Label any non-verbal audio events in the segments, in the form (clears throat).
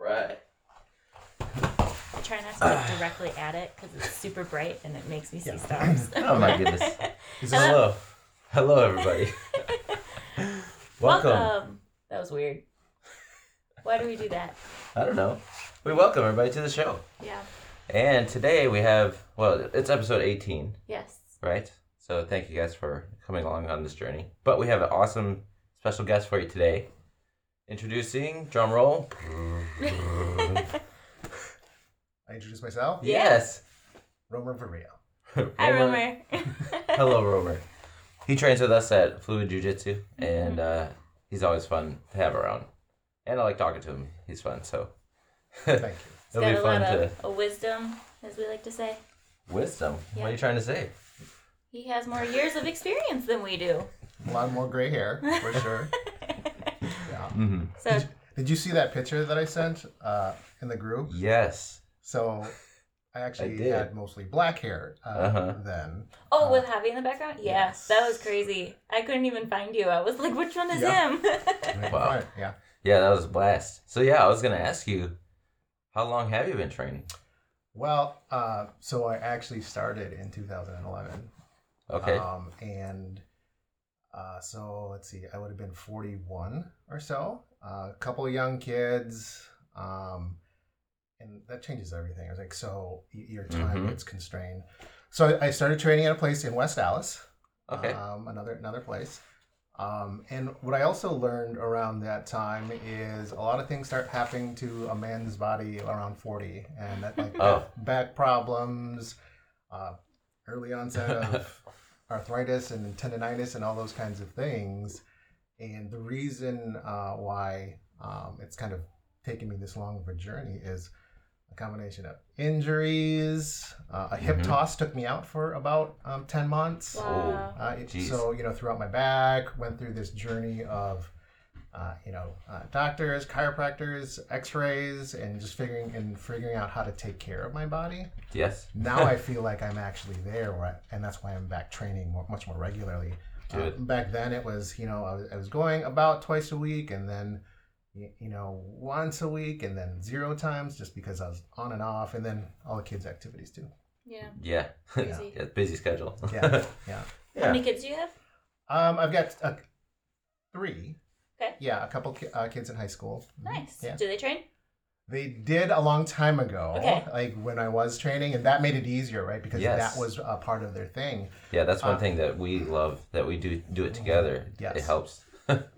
right. I try not to look Ah. directly at it because it's super bright and it makes me see stars. (laughs) Oh my goodness. (laughs) He says, Hello. Hello, everybody. welcome. um, That was weird. Why do we do that? I don't know. We welcome everybody to the show. Yeah. And today we have, well, it's episode 18, Yes. (laughs) right? So thank you guys for coming along on this journey. But we have an awesome special guest for you today. Introducing, drum roll. I introduce myself. Yes. Romer Vermeo. (laughs) Hi, Romer. Romer. (laughs) Hello, Romer. He trains with us at Fluid Jiu Jitsu, Mm-hmm. and uh, he's always fun to have around. And I like talking to him. He's fun, so Thank you. He's it'll got be a fun lot to. of a wisdom, as we like to say. Wisdom? What Yeah. are you trying to say? He has more years of experience than we do. A lot more gray hair (laughs) for sure. yeah. So Did you see that picture that I sent uh, in the group? Yes. So I actually did. had mostly black hair uh, Uh-huh. then. Oh, with Javi in the background? Yeah, yes. that was crazy. I couldn't even find you. I was like, which one is Yeah. him? (laughs) Wow. Right, Yeah. Yeah, that was a blast. So yeah, I was gonna ask you, how long have you been training? Well, uh, so I actually started in 2011. Okay. Um, and uh, so let's see, I would have been 41 or so. A couple of young kids. Um, and that changes everything. I was like, so y- your time Mhm. gets constrained. So I I started training at a place in West Dallas. okay. Um, another another place. Um, and what I also learned around that time is a lot of things start happening to a man's body around 40, and that like Oh. back problems, uh, early onset of (laughs) arthritis and tendonitis and all those kinds of things. And the reason uh, why um, it's kind of taken me this long of a journey is a combination of injuries. Uh, a hip Mhm. toss took me out for about um, 10 months. wow. Uh, it, Jeez. so you know, throughout my back, went through this journey of, uh, you know, uh, doctors, chiropractors, X-rays, and just figuring and figuring out how to take care of my body. yes. (laughs) Now I feel like I'm actually there, where I- and that's why I'm back training more, much more regularly. Uh, Good. back then, it was you know I was, I was going about twice a week, and then y- you know once a week, and then zero times, just because I was on and off, and then all the kids' activities too. Yeah. Yeah. Crazy. yeah. Busy schedule. (laughs) Yeah, yeah. How yeah. many kids do you have? Um, I've got uh, three. Okay. Yeah, a couple ki- uh, kids in high school. Mhm. Nice. Yeah. Do they train? They did a long time ago, Okay. like when I was training, and that made it easier, right? Because Yes. that was a part of their thing. Yeah, that's one Uh, thing that we love that we do do it together. Yes. It helps.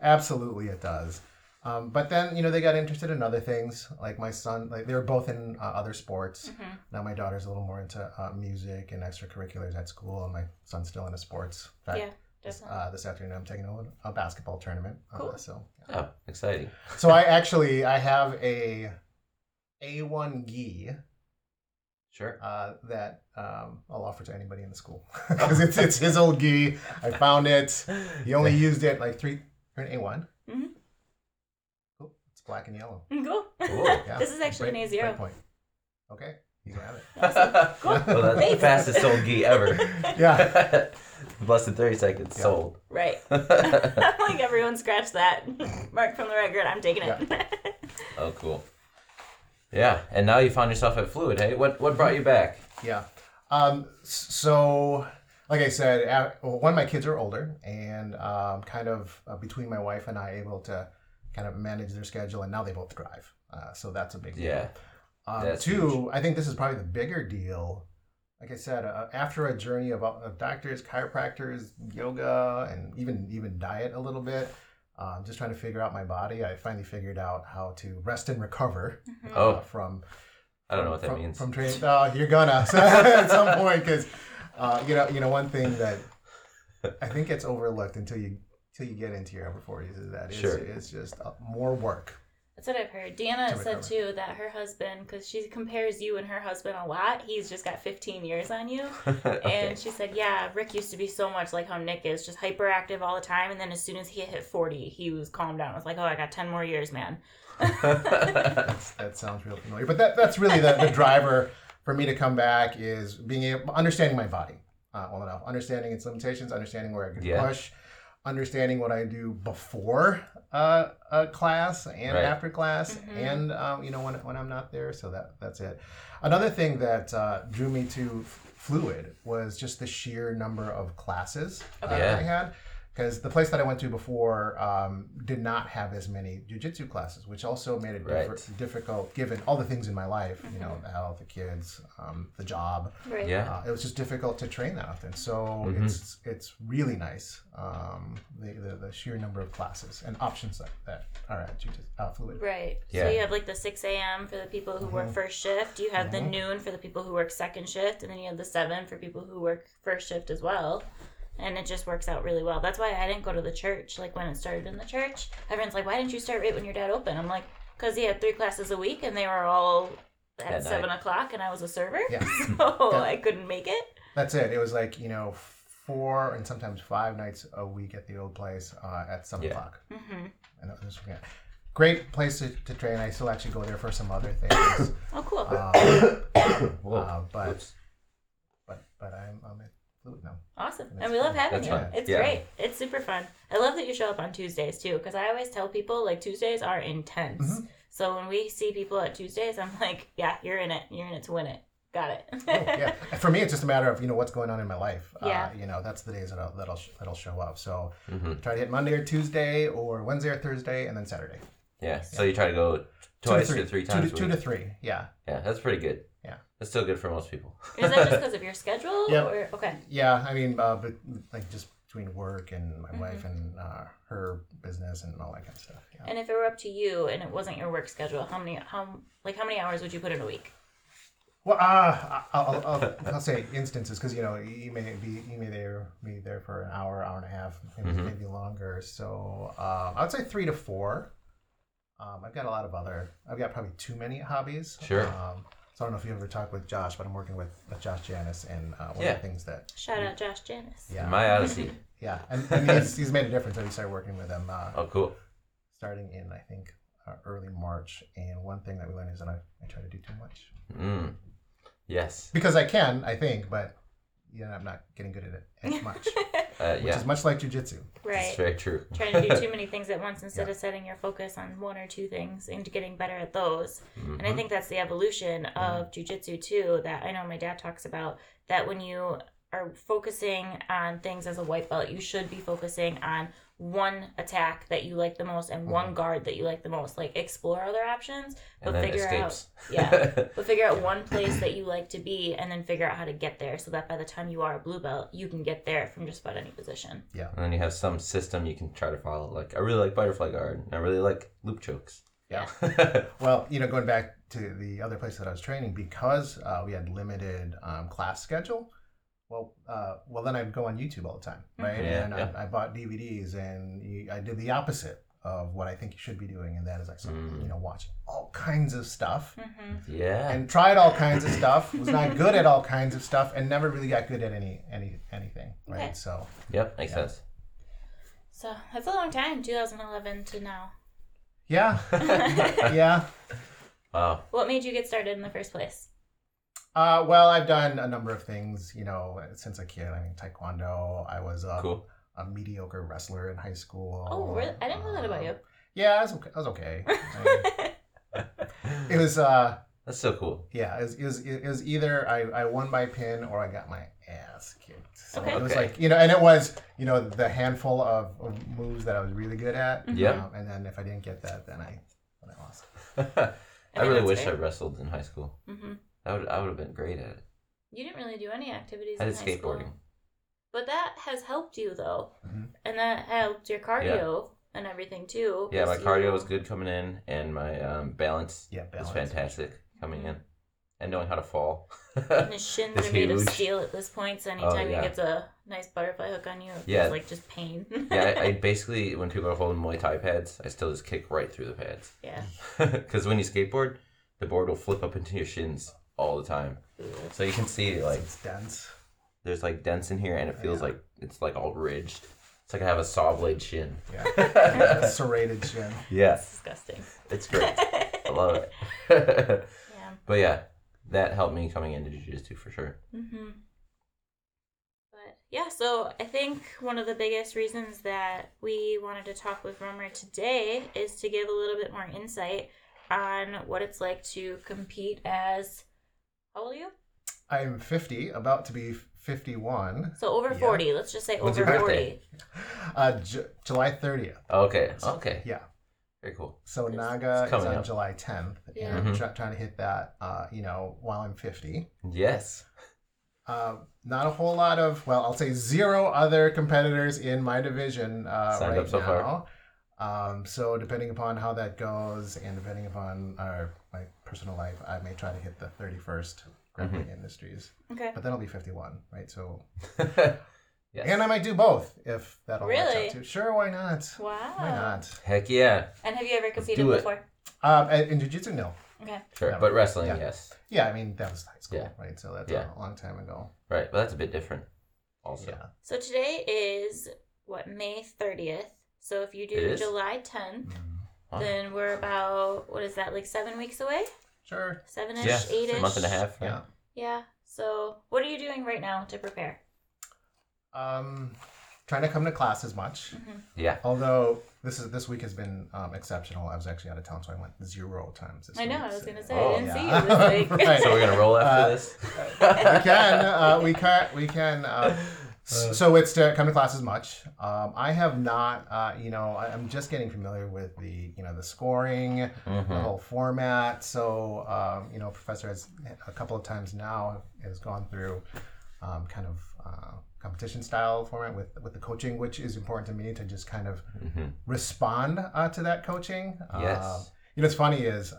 Absolutely, it does. Um, but then you know they got interested in other things. Like my son, like they were both in uh, other sports. Mm-hmm. Now my daughter's a little more into uh, music and extracurriculars at school, and my son's still into sports. In fact, Yeah, definitely. (laughs) uh, this afternoon I'm taking a, a basketball tournament. Uh, Cool. so Oh, exciting. So I actually I have a A1 gi Sure. uh, that um, I'll offer to anybody in the school (laughs) because it's it's his old gi. I found it. He only used it like three or an A1. Mhm. Cool. It's black and yellow. Mm, Cool. (laughs) uh, Cool. (laughs) Yeah. This is actually Great- an A0. great point. Okay, you can have it. (laughs) well, that's the Thanks. fastest sold gi (laughs) ever. (laughs) Yeah. Less than thirty seconds Yeah. sold. Right. (laughs) I'm like, everyone scratch that. (laughs) Mark from the record, I'm taking it. Oh, cool. Yeah, and now you found yourself at Fluid. Hey, what what brought you back? Yeah. Um, s- so, like I said, a- well, one of my kids are older, and um, kind of uh, between my wife and I, able to kind of manage their schedule, and now they both drive. Uh, so that's a big deal. Yeah. Um, That's two, I think this is probably the bigger deal. Like I said, uh, after a journey of, of doctors, chiropractors, yoga, and even even diet a little bit, um, just trying to figure out my body. I finally figured out how to rest and recover Oh. uh, from I don't know what that from, means. From (laughs) training, oh, you're gonna (laughs) so at some point because uh, you know you know one thing that I think gets overlooked until you until you get into your upper forties is that it's, Sure. it's just uh, more work. (laughs) That's what I've heard. Deanna To said recover. too that her husband, because she compares you and her husband a lot, he's just got 15 years on you. Okay. And she said, yeah, Rick used to be so much like how Nick is, just hyperactive all the time. And then as soon as he hit 40, he was calmed down. It was like, oh, I got 10 more years, man. That's, that sounds real familiar, but that that's really the, the driver for me to come back is being able understanding my body uh, well enough, understanding its limitations, understanding where I can Yeah. push. understanding what I do before uh, a class and Right. after class, Mhm. and um, you know when when I'm not there. So that that's it. Another thing that uh, drew me to Fluid was just the sheer number of classes that Okay. I had. Because the place that I went to before um, did not have as many jujitsu classes, which also made it Right. diffi- difficult given all the things in my life, you know, the health, the kids, um, the job, (laughs) Right. Mm-hmm. Yeah. Mm-hmm. uh, it was just difficult to train that often. So it's it's really nice. Um, the, the the sheer number of classes and options that, that are at Jiu- uh, Fluid. Right. Yeah. So you have like the 6 a.m. for the people who work first shift. You have the noon for the people who work second shift. And then you have the 7 for people who work first shift as well. And it just works out really well. That's why I didn't go to the church. Like when it started in the church, everyone's like, why didn't you start right when your dad opened? I'm like, because he had three classes a week and they were all at At 7 night. o'clock and I was a server. Yeah. (laughs) So Yeah. I couldn't make it. That's it. It was like you know four and sometimes five nights a week at the old place uh, at seven Yeah. o'clock. hmm And that was, yeah. Great place to, to train. I still actually go there for some other (coughs) things. Oh, cool. um, (coughs) Whoa. uh, but- Oops. but but I'm, I'm at Fluid now. Awesome. That's And we love fun. having That's you. fun. It's Yeah. great. It's super fun. I love that you show up on Tuesdays too, because I always tell people like Tuesdays are intense. So when we see people at Tuesdays, I'm like, yeah, you're in it. You're in it to win it. Got it. Oh, (laughs) yeah. For me, it's just a matter of you know what's going on in my life. Yeah. Uh, you know, that's the days that I'll, that'll sh- that'll show up. So Mhm. try to hit Monday or Tuesday or Wednesday or Thursday, and then Saturday. Yeah. So you try to go twice to three, times. Two to, a two to week. three. Yeah. Yeah, that's pretty good. Yeah. That's still good for most people. (laughs) Is that just because of your schedule? Yep. Or okay. Yeah. I mean, uh, but like just between work and my wife and uh, her business and all that kind of stuff. Yeah. And if it were up to you and it wasn't your work schedule, how many how like how many hours would you put in a week? Well, uh, I- I'll, I'll, I'll say instances because you know you may be you may there be there for an hour, hour and a half, maybe, Mhm. maybe longer. So um, I would say three to four. Um, I've got a lot of other. I've got probably too many hobbies. Sure. Um, so I don't know if you ever talked with Josh, but I'm working with, with Josh Janis, and uh, one Yeah. of the things that Shout out Josh Janice. yeah My Odyssey. yeah, and, and he's, he's made a difference. that we started working with him uh, Oh, cool. starting in I think uh, early March. And one thing that we learned is that I, I try to do too much. Mm. Yes. because I can, I think, but you know, I'm not getting good at it as much, Uh, which yeah. is much like jujitsu. That's Right. very true. Trying to do too many things at once instead of setting your focus on one or two things and getting better at those. And I Mhm. think that's the evolution of jujitsu too. That I know my dad talks about that when you are focusing on things as a white belt, you should be focusing on one attack that you like the most and one guard that you like the most. Like explore other options, but And then figure escapes. (laughs) out (laughs) yeah, but figure out one place that you like to be, and then figure out how to get there. So that by the time you are a blue belt, you can get there from just about any position. And then you have some system you can try to follow. Like, I really like butterfly guard. and I really like loop chokes. Yeah. Well, you know, going back to the other place that I was training, because uh, we had limited um, class schedule. Well, uh, well, then I'd go on YouTube all the time, right? Mhm. Yeah, and yeah. I, I bought DVDs, and you, I did the opposite of what I think you should be doing, and that is I started, Mm. you know, watching all kinds of (laughs) stuff. Mm-hmm. (laughs) yeah. And tried all kinds of stuff. Was not good at all kinds of stuff, and never really got good at any any anything, right? Okay. So yep. Makes Yeah. sense. So that's a long time, 2011 to now. yeah, (laughs) (laughs) yeah. Wow. What made you get started in the first place? Uh, well, I've done a number of things, you know, since a kid. I mean, taekwondo. I was a, Cool. a mediocre wrestler in high school. Oh, really? I didn't know that about Um, you. (laughs) Yeah, I was okay. I was okay. I mean, it was, uh, That's so cool. (laughs) yeah, it was, it was, it was either I, I won by pin or I got my ass kicked. So Okay. it was Okay. like, you know, and it was, you know, the handful of, of moves that I was really good at. Mm-hmm. Yep. Um, and then if I didn't get that, then I, then I lost. I, I mean, really that's wish I fair. wrestled in high school. hmm I would I would have been great at it. You didn't really do any activities. I in did high school. skateboarding. Mm-hmm. But that has helped you though, Mhm. and that helped your cardio and everything too. Yeah, my 'cause cardio you- (laughs) was good coming in, and my um, balance, Yeah, was balance. fantastic Mm-hmm. coming in, and knowing how to fall. (laughs) And his shins It's are made of huge. Oh, steel at this point, so anytime yeah. he gets a nice butterfly hook on you, it's Yeah. like just pain. yeah, I, I basically when people are holding Muay Thai pads, I still just kick right through the pads. (laughs) yeah. (laughs) Because when you skateboard, the board will flip up into your shins all the time, so you can see like It's dense. there's like dents in here, and it feels like it's like all ridged. It's like I have a saw blade shin. (laughs) Yeah. serrated chin. Yeah, It's disgusting. it's (laughs) great. I love it. (laughs) Yeah. but yeah, that helped me coming into jujitsu for sure. hmm Mm-hmm. But yeah, so I think one of the biggest reasons that we wanted to talk with Romer today is to give a little bit more insight on what it's like to compete as how old are you? I'm 50, about to be 51. So over Yeah. 40, let's just say When's over your 40. birthday? Uh, J- July 30th. Okay. Okay. Yeah. Very cool. So It's- Naga it's is coming on up. July 10th, Yeah. and I'm Mhm. try- trying to hit that, uh, you know, while I'm 50. Yes. (laughs) Uh, not a whole lot of, well, I'll say zero other competitors in my division uh, Signed right up so far. now. Um, so depending upon how that goes, and depending upon our my personal life, I may try to hit the 31st grappling Mm-hmm. industries, Okay. but then I'll be 51, right? So, yes. and I might do both if that'll work Really? out too. Sure, why not? Wow. Why not? Heck yeah. And have you ever competed do it. before? Um, and, and jujitsu, no. Okay. Sure. Yeah. But wrestling, Yeah. yes. Yeah, I mean that was high school, Yeah. right? So that's Yeah. a long time ago. Right. But that's a bit different. Also. Yeah. So today is what May 30th. So if you It do is? Mm, July 10th, Wow. then we're about what is that like 7 weeks away? Sure. 7ish, Yeah. it's 8ish. A month and a half. right? Yeah. Yeah. So what are you doing right now to prepare? Um, trying to come to class as much. Yeah. Although this is this week has been um, exceptional. I was actually out of town, so I went zero times. This I know, week, I was so- going to say Oh, I didn't yeah. see you this week. (laughs) (laughs) Right. So we're gonna roll after Uh, this. we can, (laughs) (laughs) uh, we can, we can. Uh, s- so it's to come to class as much. Um, I have not, uh, you know, I, I'm just getting familiar with the, you know, the scoring. the Mhm. whole format. So, um, you know, Professor has a couple of times now has gone through um, kind of uh, competition style format with with the coaching, which is important to me to just kind of Mhm. respond uh, to that coaching. Um, Yes. you know, what's funny is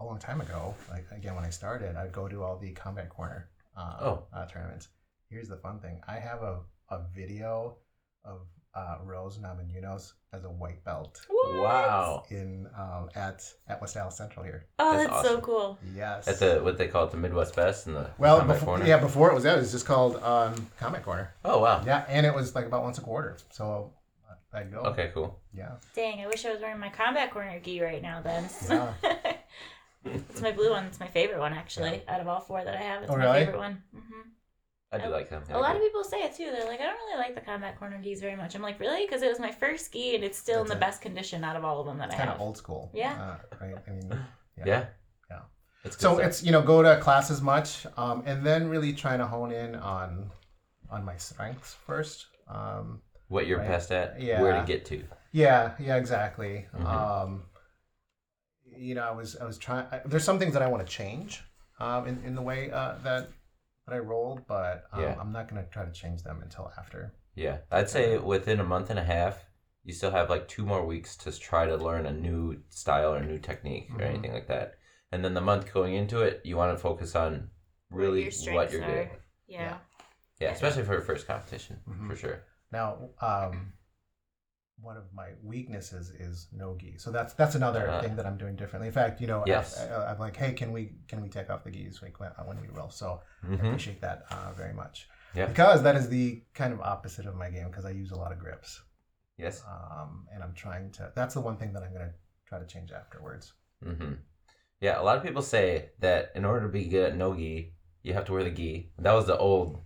a long time ago, like again when I started, I'd go to all the combat corner uh, Oh. uh, tournaments. Here's the fun thing: I have a a video of uh, Rose Namajunas as a white belt What? Wow. in um, at at West Dallas Central here. Oh, That's that's, so awesome. cool. Yes. At the what they call it, the Midwest Best and the well, Comic before, Corner. yeah, before it was that, it was just called um, Comic Corner. Oh wow. Yeah, and it was like about once a quarter. So uh, I go. Okay, cool. Yeah. Dang, I wish I was wearing my combat corner gi right now then. (laughs) Yeah. it's my blue one. It's my favorite one actually. Out of all four that I have, it's Oh, my really? favorite one. hmm I do like them. A lot of people say it too. They're like, I don't really like the combat corner gis very much. I'm like, really? Because it was my first gi and it's still in That's the it. best condition out of all of them that It's I kind have. of old school. Yeah. Uh, right. I mean. Yeah. Yeah. Yeah. It's good So stuff. it's you know go to class as much, um, and then really trying to hone in on on my strengths first. Um, what you're right? best at. Yeah. Where to get to. Yeah, yeah, exactly. Mhm. Um, you know, I was I was trying. I, there's some things that I want to change um, in in the way uh, that that I rolled, but um, Yeah. I'm not gonna try to change them until after. Yeah, I'd say Uh-huh. within a month and a half, you still have like two more weeks to try to learn a new style or new technique Mm-hmm. or Mhm. anything like that. And then the month going into it, you want to focus on What really your what strengths you're are. good at. Yeah. Mm-hmm. Yeah. Yeah, especially for your first competition, Mhm. for sure. Now, um, one of my weaknesses is no gi, so that's that's another Uh, thing that I'm doing differently. In fact, you know, Yes. I, I, am like, hey, can we can we take off the gis when when we roll? So I hmm appreciate that uh, very much. Yeah. Because that is the kind of opposite of my game because I use a lot of grips. Yes. um, and I'm trying to. That's the one thing that I'm going to try to change afterwards. hmm Yeah, a lot of people say that in order to be good at no gi, you have to wear the gi. That was the old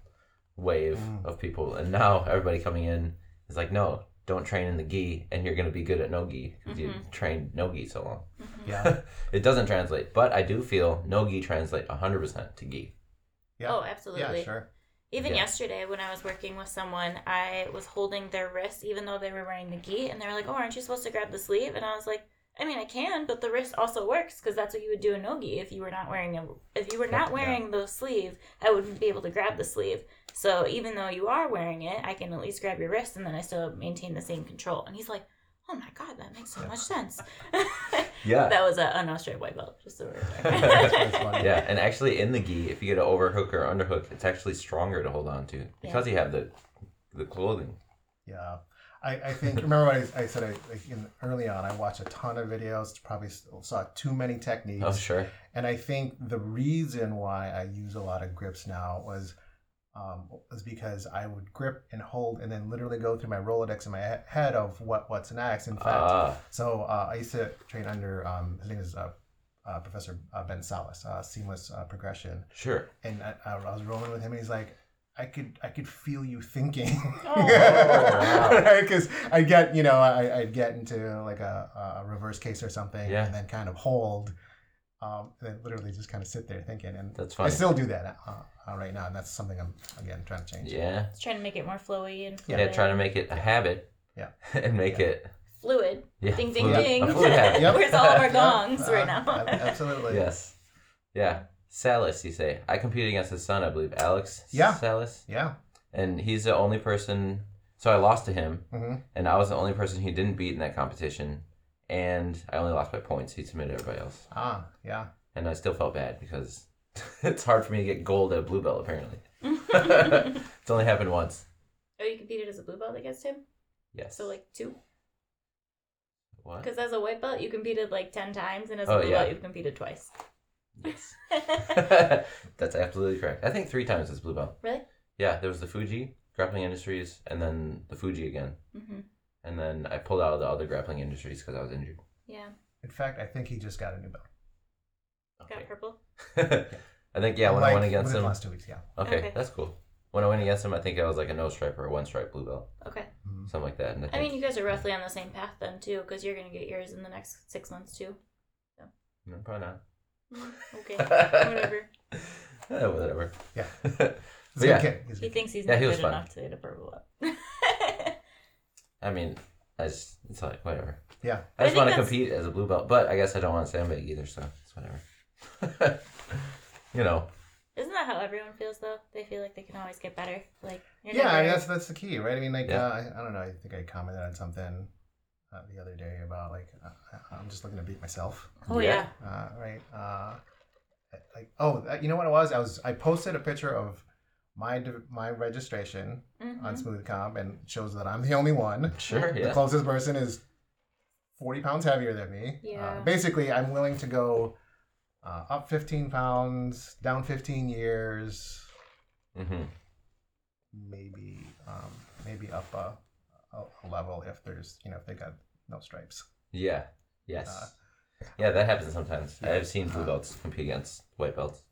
wave Mm. of people, and now everybody coming in is like, no, don't train in the gi, and you're gonna be good at no gi because you Mm-hmm. trained no gi so long. Yeah, It doesn't translate, but I do feel no gi translate 100% to gi. yeah, Oh, (laughs) yeah, absolutely. sure. Even Yeah. yesterday, when I was working with someone, I was holding their wrist, even though they were wearing the gi, and they were like, "Oh, aren't you supposed to grab the sleeve?" And I was like, "I mean, I can, but the wrist also works because that's what you would do in no gi. If you were not wearing a, if you were not Yeah. wearing the sleeve, I wouldn't be able to grab the sleeve. So even though you are wearing it, I can at least grab your wrist, and then I still maintain the same control." And he's like, "Oh my god, that makes so much sense." Yeah. that was a an Austrian white belt, just so we're (laughs) That's, that's funny. (laughs) Yeah, and actually in the gi, if you get an overhook or underhook, it's actually stronger to hold on to because you have the the clothing. Yeah. I, I think remember what I, I said I, like in, early on. I watched a ton of videos. Probably s- saw too many techniques, Oh, sure. and I think the reason why I use a lot of grips now was um, was because I would grip and hold, and then literally go through my Rolodex in my he- head of what what's next. In fact, Ah, So uh, I used to train under um, his name is uh, uh, Professor uh, Ben Salas, uh, Seamless uh, Progression, sure. and I, I was rolling with him, and he's like, I could I could feel you thinking. (laughs) Oh. wow. Because I get you know I I'd get into like a, a reverse case or something Yeah. and then kind of hold, um, and then literally just kind of sit there thinking. And That's I funny. still do that uh, uh, right now, and that's something I'm again trying to change. yeah. It's trying to make it more flowy and yeah. fluid. Trying to make it a habit. Yeah. (laughs) And make it. (laughs) fluid. (laughs) Yeah. Ding ding fluid- ding. a fluid habit. Yep. (laughs) Where's all (laughs) of our Yep. gongs Uh, right now? ab- absolutely. (laughs) Yes. Yeah. Salas, you say. I compete against his son, I believe. Alex Yeah. Salas. Yeah. And he's the only person. So I lost to him, hmm and I was the only person he didn't beat in that competition. And I only lost by points. He submitted everybody else. Ah. Yeah. And I still felt bad because (laughs) it's hard for me to get gold at a blue belt, apparently. it's only happened once. oh, you competed as a blue belt against him. Yes. So like two, what? because as a white belt you competed like ten times, and as a Uh. Oh, blue yeah. belt you've (laughs) competed twice. Yes. (laughs) That's absolutely correct. I think three times it's blue belt. Really? Yeah, there was the Fuji Grappling Industries, and then the Fuji again, hmm and then I pulled out of the other Grappling Industries because I was injured. Yeah. In fact, I think he just got a new belt. Got purple. (laughs) I think yeah, when I Like, went against within him. the last two weeks. Yeah. Okay, Okay. that's cool. When I went against him, I think I was like a no stripe or a one stripe blue belt, Okay. something like that. And I, I think, mean, you guys are roughly on the same path then too, because you're gonna get yours in the next six months too. no, probably not. (laughs) Okay. Whatever. Eh, whatever. Yeah. But He's a yeah, good kid. He's He a good kid. thinks he's Yeah, not he was good fun. enough to get a purple up. (laughs) I mean, I just it's like whatever. Yeah. I I just think want to that's- compete as a blue belt, but I guess I don't want to sandbag either, so it's whatever. (laughs) you know, (laughs) Isn't that how everyone feels though? They feel like they can always get better. Like you're yeah, I never- mean, that's that's the key, right? I mean, like, Yeah. uh, I, I don't know. I think I commented on something uh, the other day about like uh, I- I'm just looking to beat myself, Oh Yeah. yeah. uh, right? Uh, like, oh, that- you know what it was? I was I posted a picture of my d- my registration Mhm. on Smooth Comp and it shows that I'm the only one. sure, The yeah. closest person is 40 pounds heavier than me. Yeah. Uh, basically, I'm willing to go uh, up 15 pounds, down 15 years, Mm-hmm. maybe um, maybe up a, a, a level if there's you know if they got no stripes. Yeah. Yes. Uh, yeah, that happens sometimes. I've seen blue belts compete against white belts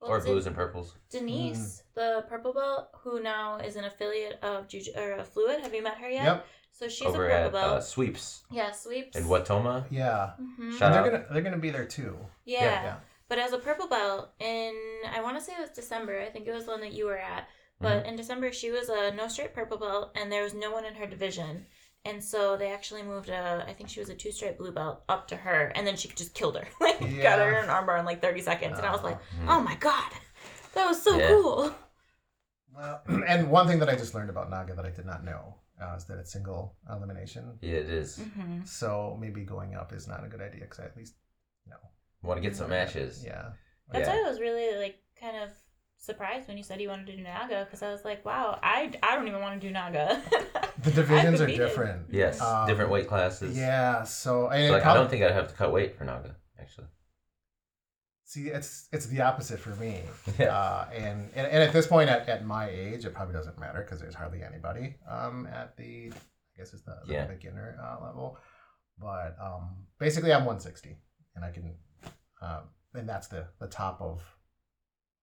Well, or Den- blues and purples. Denise, Mm. the purple belt, who now is an affiliate of Juju or of Fluid. Have you met her yet? Yep. So she's over a purple at belt. uh, sweeps yeah, sweeps. in Watoma. Yeah. Mhm. Shout And they're out. gonna they're gonna be there too. Yeah. yeah. But as a purple belt in I want to say it was December. I think it was the one that you were at. But in December she was a no stripe purple belt and there was no one in her division. And so they actually moved a I think she was a two stripe blue belt up to her and then she just killed her. (laughs) like got her Yeah. in an armbar in like 30 seconds and I was like, Mhm. "Oh my god. That was so Yeah. cool." Well, Uh, (clears throat) and one thing that I just learned about Naga that I did not know uh, is that it's single elimination. Yeah, it is. Mhm. So maybe going up is not a good idea because I at least you know. Want to get some matches. Yeah. Mm-hmm. That's Yeah. why I was really like kind of surprised when you said you wanted to do Naga because I was like, wow, I, I don't even want to do Naga. (laughs) The divisions are could beat it. different. Yes. Um, Different weight classes. Yeah. So I, So, like, I prob- don't think I'd have to cut weight for Naga, actually. (laughs) see it's it's the opposite for me. Yeah. Uh, and, and and at this point, at, at my age, it probably doesn't matter because there's hardly anybody um, at the I guess it's the, the Yeah. beginner uh, level. But um, basically, I'm 160, and I can, um, and that's the the top of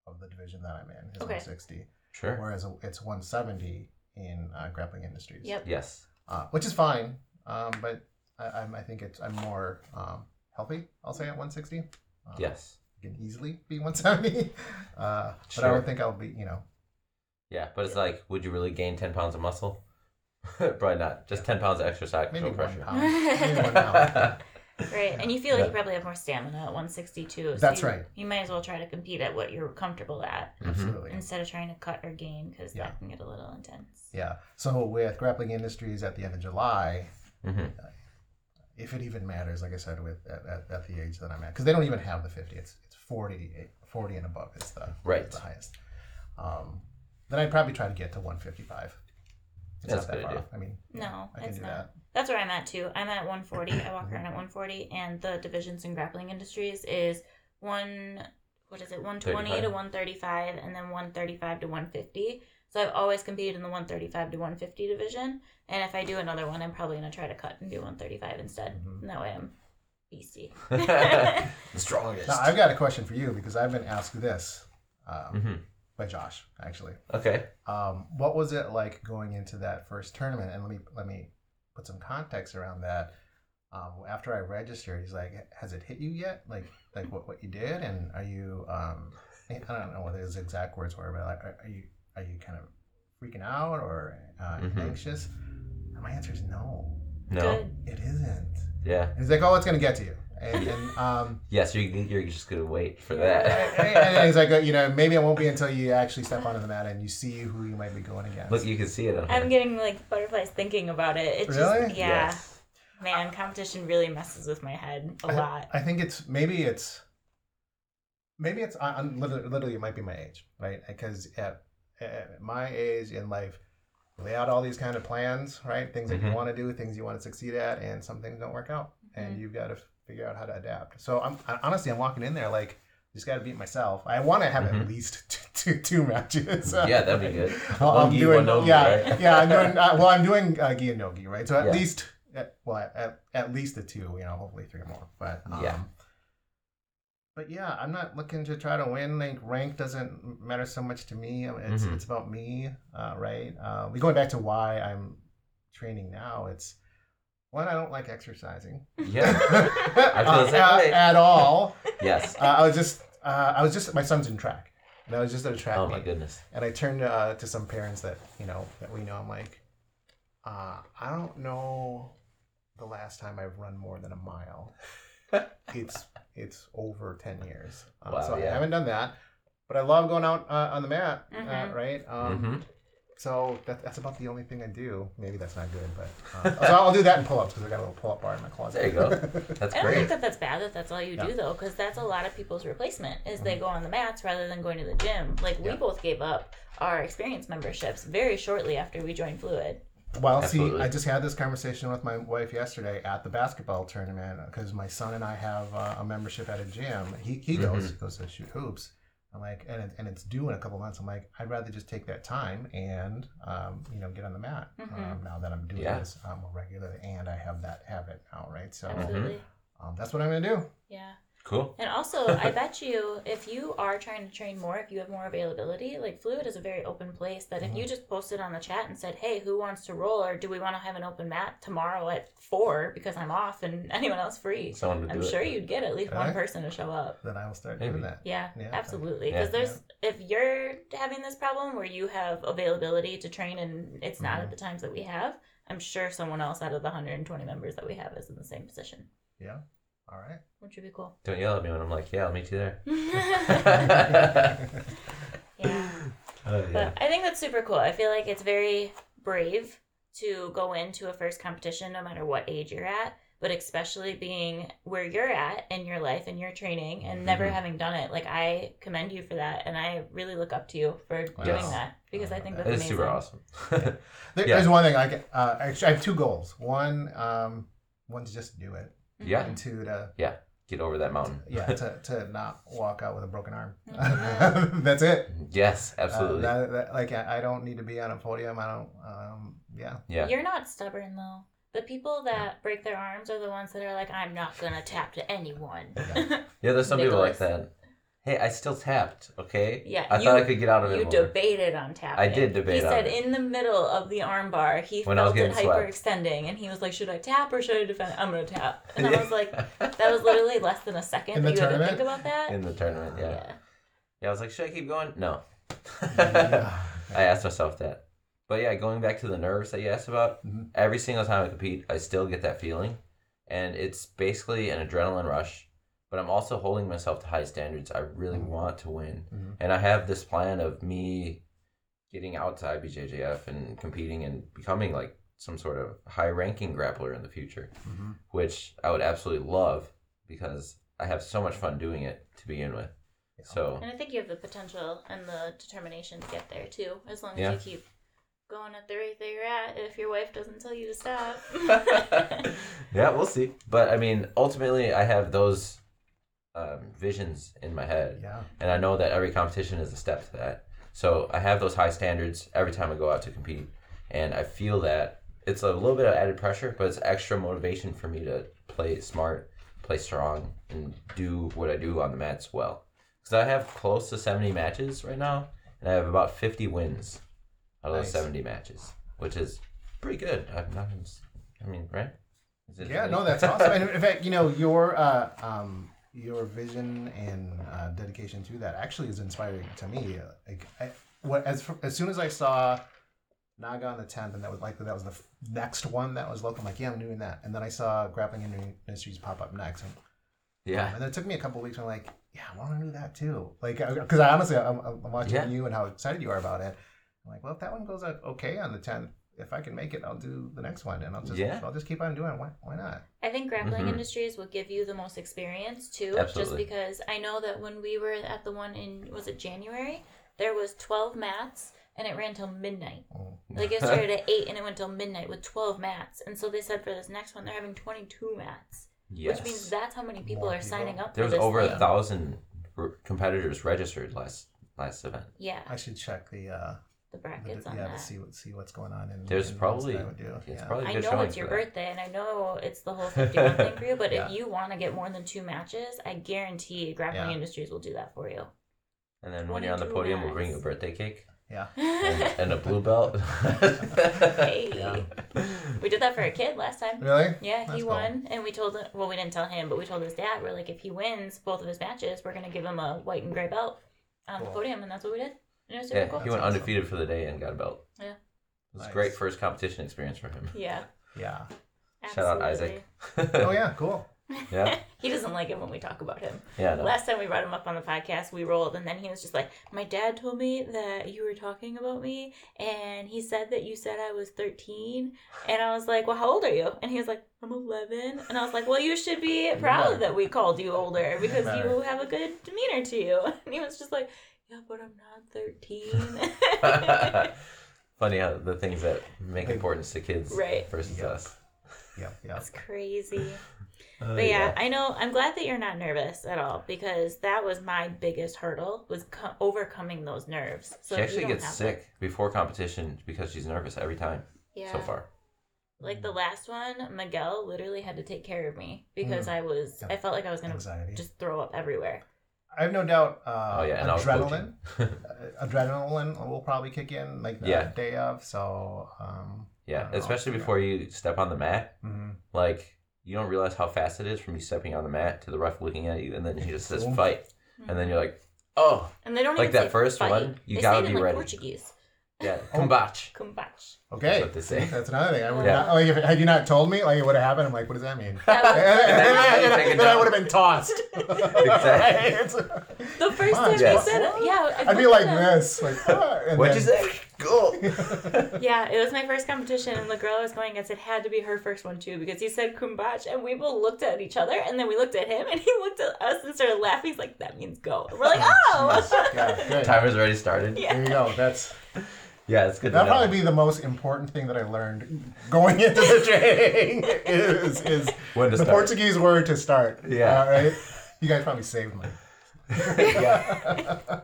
of the division that I'm in is Okay. 160. Sure. Whereas it's 170 in uh, grappling industries, yep. Yes. uh, which is fine. Um, but I, I'm I think it's I'm more um, healthy. I'll say at 160. Um, Yes. can easily be 170. (laughs) Uh, But I Sure. don't think I'll be, you know, Yeah, but it's like, would you really gain 10 pounds of muscle? (laughs) Probably not. Just 10 pounds of extra side maybe control one pressure. Mm-hmm. pound. Maybe (laughs) one pound. Right. And you feel like Yeah. you probably have more stamina at 162. That's you, right. You might as well try to compete at what you're comfortable at (laughs) Mhm. Absolutely. instead of trying to cut or gain because Yeah. that can get a little intense. Yeah. So with Grappling Industries at the end of July, uh, Mhm. if it even matters, like I said, with at, at, at the age that I'm at, because they don't even have the 50. It's it's 40, 40 and above is the is Right. the highest. Um, then I'd probably try to get to 155. It's That's a not that good far. idea. I mean, No, I can it's do not. that. That's where I'm at too. I'm at 140. I walk around at 140, and the divisions in grappling industries is one. What is it? 120 to 35. 135, and then 135 to 150. So I've always competed in the 135 to 150 division, and if I do another one, I'm probably gonna try to cut and do 135 instead. Mhm. And that way I'm (laughs) beastie. (laughs) the strongest. Now I've got a question for you because I've been asked this. Um, Mhm. by Josh actually. Okay. Um, what was it like going into that first tournament? And let me let me put some context around that. Um, after I registered, he's like, "Has it hit you yet? Like, like what, what you did? And are you? Um, I don't know what his exact words were, but like, are, are you are you kind of freaking out or uh, Mhm. anxious?" And my answer is no, No. Good. it isn't. Yeah. And he's like, "Oh, it's gonna get to you." And, and um, Yes, you're, you're just gonna wait for (laughs) and, and that. he's like, "You know, maybe it won't be until you actually step onto the mat and you see who you might be going against." Look, you can see it on I'm her. getting like butterflies thinking about it. It's Really? just yeah. Man, competition really messes with my head a I- lot. I think it's maybe it's maybe it's I- I'm literally, literally it might be my age, right? Because at, at my age in life, you lay out all these kind of plans, right? Things that you Mhm. want to do, things you want to succeed at, and some things don't work out, and you've got to figure out how to adapt. So I'm I, honestly, I'm walking in there like just got to beat myself. I want to have at Mhm. least (laughs) two, two, two matches. Yeah, that'd be good. Well, One I'm gi, doing, one no gi, yeah, right? yeah. I'm doing uh, well. I'm doing uh, gi and no gi, right? So at Yeah. least, at, well, at, at least the two, you know, hopefully three more. But um, Yeah. But yeah, I'm not looking to try to win. Like rank doesn't matter so much to me. I mean, It's Mhm. it's about me, uh, right? Uh, we going back to why I'm training now. It's one, I don't (laughs) like exercising (laughs) Yeah. Uh, the (laughs) same at, way. at all. (laughs) Yes. Uh, I was just, uh, I was just, my son's in track, and I was just at a track Oh meet. my goodness. And I turned uh, to some parents that you know that we know. I'm like, uh, I don't know the last time I've run more than (laughs) a mile. it's it's over ten years, um, Wow, so yeah. I haven't done that. But I love going out uh, on the mat, Mhm. uh, right? Um, hmm So that, that's about the only thing I do. Maybe that's not good, but (laughs) uh, so I'll do that in pull-ups because I got a little pull-up bar in my closet. There you go. That's (laughs) I don't think great. that that's bad that that's all you do though, because that's a lot of people's replacement is Mm-hmm. they go on the mats rather than going to the gym. Like we Yeah. both gave up our experience memberships very shortly after we joined Fluid. Well, Absolutely. see, I just had this conversation with my wife yesterday at the basketball tournament because my son and I have uh, a membership at a gym. He, he Mm-hmm. goes, he goes to shoot hoops. I'm like, and, it, and it's due in a couple months. I'm like, I'd rather just take that time and, um, you know, get on the mat um, Mhm. now that I'm doing Yeah. this um, more regularly and I have that habit now, right? Uh-huh. So Absolutely. Mm-hmm. um, that's what I'm going to do. Yeah. Cool. And (laughs) also, I bet you if you are trying to train more, if you have more availability, like Fluid is a very open place that Mm-hmm. if you just posted on the chat and said, hey, who wants to roll or do we want to have an open mat tomorrow at four because I'm off and (laughs) anyone else free, Someone would do I'm it. sure you'd get at least one Alright. person to show up. Then I will start Maybe. doing that. Yeah, Yeah. absolutely. Yeah. Because there's if you're having this problem where you have availability to train and it's not Mm-hmm. at Mhm. the times that we have, I'm sure someone else out of the 120 members that we have is in the same position, Yeah. All (laughs) right. (laughs) which would be cool. (laughs) Don't yell at me when I'm like, yeah, I'll meet you there. yeah, (laughs) Oh, yeah. but I think that's super cool. I feel like it's very brave to go into a first competition, no matter what age you're at. But especially being where you're at in your life and your training and never Mhm. having done it, like I commend you for that, and I really look up to you for doing Yes. that because I think that's It is amazing. super awesome. (laughs) There, Yeah. There's one thing I get, uh, actually, I have two goals. One, um, one to just do it, Yeah. Mm-hmm. and two to Get over that mountain. yeah to, to not walk out with a broken arm Mhm. (laughs) that's it (laughs) Yes, Uh, absolutely. that- that- like I, I don't need to be on a podium i don't um yeah yeah. You're not stubborn though. The people that break their arms are the ones that are like, I'm not gonna tap to anyone. Yeah. Yeah, there's some people like Nicholas. that. Hey, I still tapped, okay? (laughs) Yeah, I you- thought I could get out of it you more. debated on tapping. I did debate He on said it. in the middle of the arm bar, he When I was felt it getting swept. hyperextending, and he was like, "Should I tap or should I defend? I'm gonna tap." And I was (laughs) like, "That was literally less than a second In that the you had to tournament? think about that." in the tournament, yeah. yeah. yeah. I was like, should I keep going? No. Yeah. I asked myself that. But yeah, going back to the nerves that you asked about, Mhm. every single time I compete, I still get that feeling. And it's basically an adrenaline rush, but I'm also holding myself to high standards. I really Mhm. want to win. Mhm. And I have this plan of me getting out to IBJJF and competing and becoming like some sort of high ranking grappler in the future, Mhm. which I would absolutely love because I have so much fun doing it to begin with. Yeah. So, And I think you have the potential and the determination to get there too, as long as Yeah. you keep going at the rate that you're at. If your wife doesn't tell you to stop. (laughs) (laughs) yeah, we'll see. But I mean, ultimately, I have those um, visions in my head, yeah and I know that every competition is a step to that. So I have those high standards every time I go out to compete, and I feel that it's a little bit of added pressure, but it's extra motivation for me to play smart, play strong, and do what I do on the mats well. Because I have close to seventy matches right now, and I have about 50 wins out of those Nice. 70 matches, which is pretty good. I'm not gonna s- I mean, right? Is it- Yeah, no, that's awesome. And in fact, you know, your uh, um, your vision and uh, dedication to that actually is inspiring to me. Like, I, what as fr- as soon as I saw Naga on the tenth, and that was like that was the f- next one that was local. I'm like, yeah, I'm doing that. And then I saw Grappling Industries pop up next, and, (laughs) yeah. and then it took me a couple weeks. And I'm like, yeah, I want to do that too. Like, because I honestly, I'm, I'm I'm watching Yeah. you and how excited you are about it. I'm like, well, if that one goes out okay on the tenth. If I can make it, I'll do the next one, and I'll just Yeah. I'll just keep on doing. it. Why, why not? I think grappling Mhm. industries will give you the most experience too, just Absolutely. because I know that when we were at the one in was it January, there was twelve mats and it ran till midnight. Oh. Like it (laughs) started at eight and it went till midnight with twelve mats. And so they said for this next one they're having twenty two mats, Yes. which means that's how many people More are people. signing up. there for was this over thing. a thousand r- competitors registered last last event. Yeah, I should check the uh, the the, brackets on yeah, to that. see what see what's going on. In, There's in the ones probably that I would do. it's yeah. probably a I good know showing it's your for that. birthday, and I know (laughs) it's the whole 51 thing for you, but Yeah. if you want to get more than two matches, I guarantee Grappling Yeah. Industries will do that for you. And then when you're on the 22 podium, we'll bring you a mats. birthday (laughs) cake yeah. and, and a blue belt. hey. Yeah. We did that for a kid last time. Really? Yeah, That's he cool. won, and we told him. Well, we didn't tell him, but we told his dad. We're like, if he wins both of his matches, we're gonna give him a white and gray belt on the Cool. podium, and that's what we did. And it was (laughs) super yeah, cool. he That's went awesome. undefeated for the day and got a belt. Yeah. It was a Nice. great first competition experience for him. (laughs) Yeah, Yeah. Shout out absolutely. Isaac. (laughs) Oh yeah. Cool. yeah. He doesn't like it when we talk about him. Yeah, no. Last time we brought him up on the podcast, we rolled, and then he was just like, "My dad told me that you were talking about me, and he said that you said I was 13." And I was like, "Well, how old are you?" And he was like, "I'm 11." And I was like, "Well, you should be proud better. that we called you older because you better. have a good demeanor to you." (laughs) And he was just like, "Yeah, but I'm not 13." (laughs) Funny how the things that make importance to kids Right. versus Yep. us. Yeah. (laughs) Yeah. That's crazy. Uh, Oh, But yeah, I know. I'm glad that you're not nervous at all because that was my biggest hurdle was co- overcoming those nerves. So she if you actually don't gets have sick them- before competition because she's nervous every time yeah. so far. Like Mm. the last one, Miguel literally had to take care of me because Mm. I was Yeah. I felt like I was gonna (laughs) Anxiety. just throw up everywhere. I have no doubt. Uh, oh yeah, and I adrenaline. was coaching. uh, Adrenaline will probably kick in like the Yeah. day of. So. Um, I (laughs) yeah, don't know. especially before you step on the mat, Mhm. like you don't realize how fast it is from you stepping on the mat to the ref looking at you, and then he just says Boom. fight, and then you're like, oh Mm. And they don't Like even that say first fight. one, you They say gotta it in, be like, ready. Portuguese, yeah, Oh. combach. Kumbach. Okay. That's what they say. That's another thing. I would Yeah. not, like if, had you not told me, like it would have happened. I'm like, what does that mean? That (laughs) then I, Take it down. would have (laughs) been tossed. (laughs) Exactly. was the first Come on, time they Jess. said it. Yeah, I I'd be looked like at them. this. Like, what? And What'd you then- (laughs) say? Cool. Yeah, it was my first competition, and the girl I was going against, it had to be her first one too, because he said kumbach, and we both looked at each other, and then we looked at him, and he looked at us and started laughing. He's like, that means go. And (laughs) we're like, (laughs) oh! Yeah, (laughs) good. Timer's already started. Yeah. There you go. (laughs) That's Yeah, it's good. to That'll know. probably be the most important thing that I learned going (laughs) into the training is is When to the start. Portuguese word to start. Yeah. (laughs) All right. You guys probably saved me.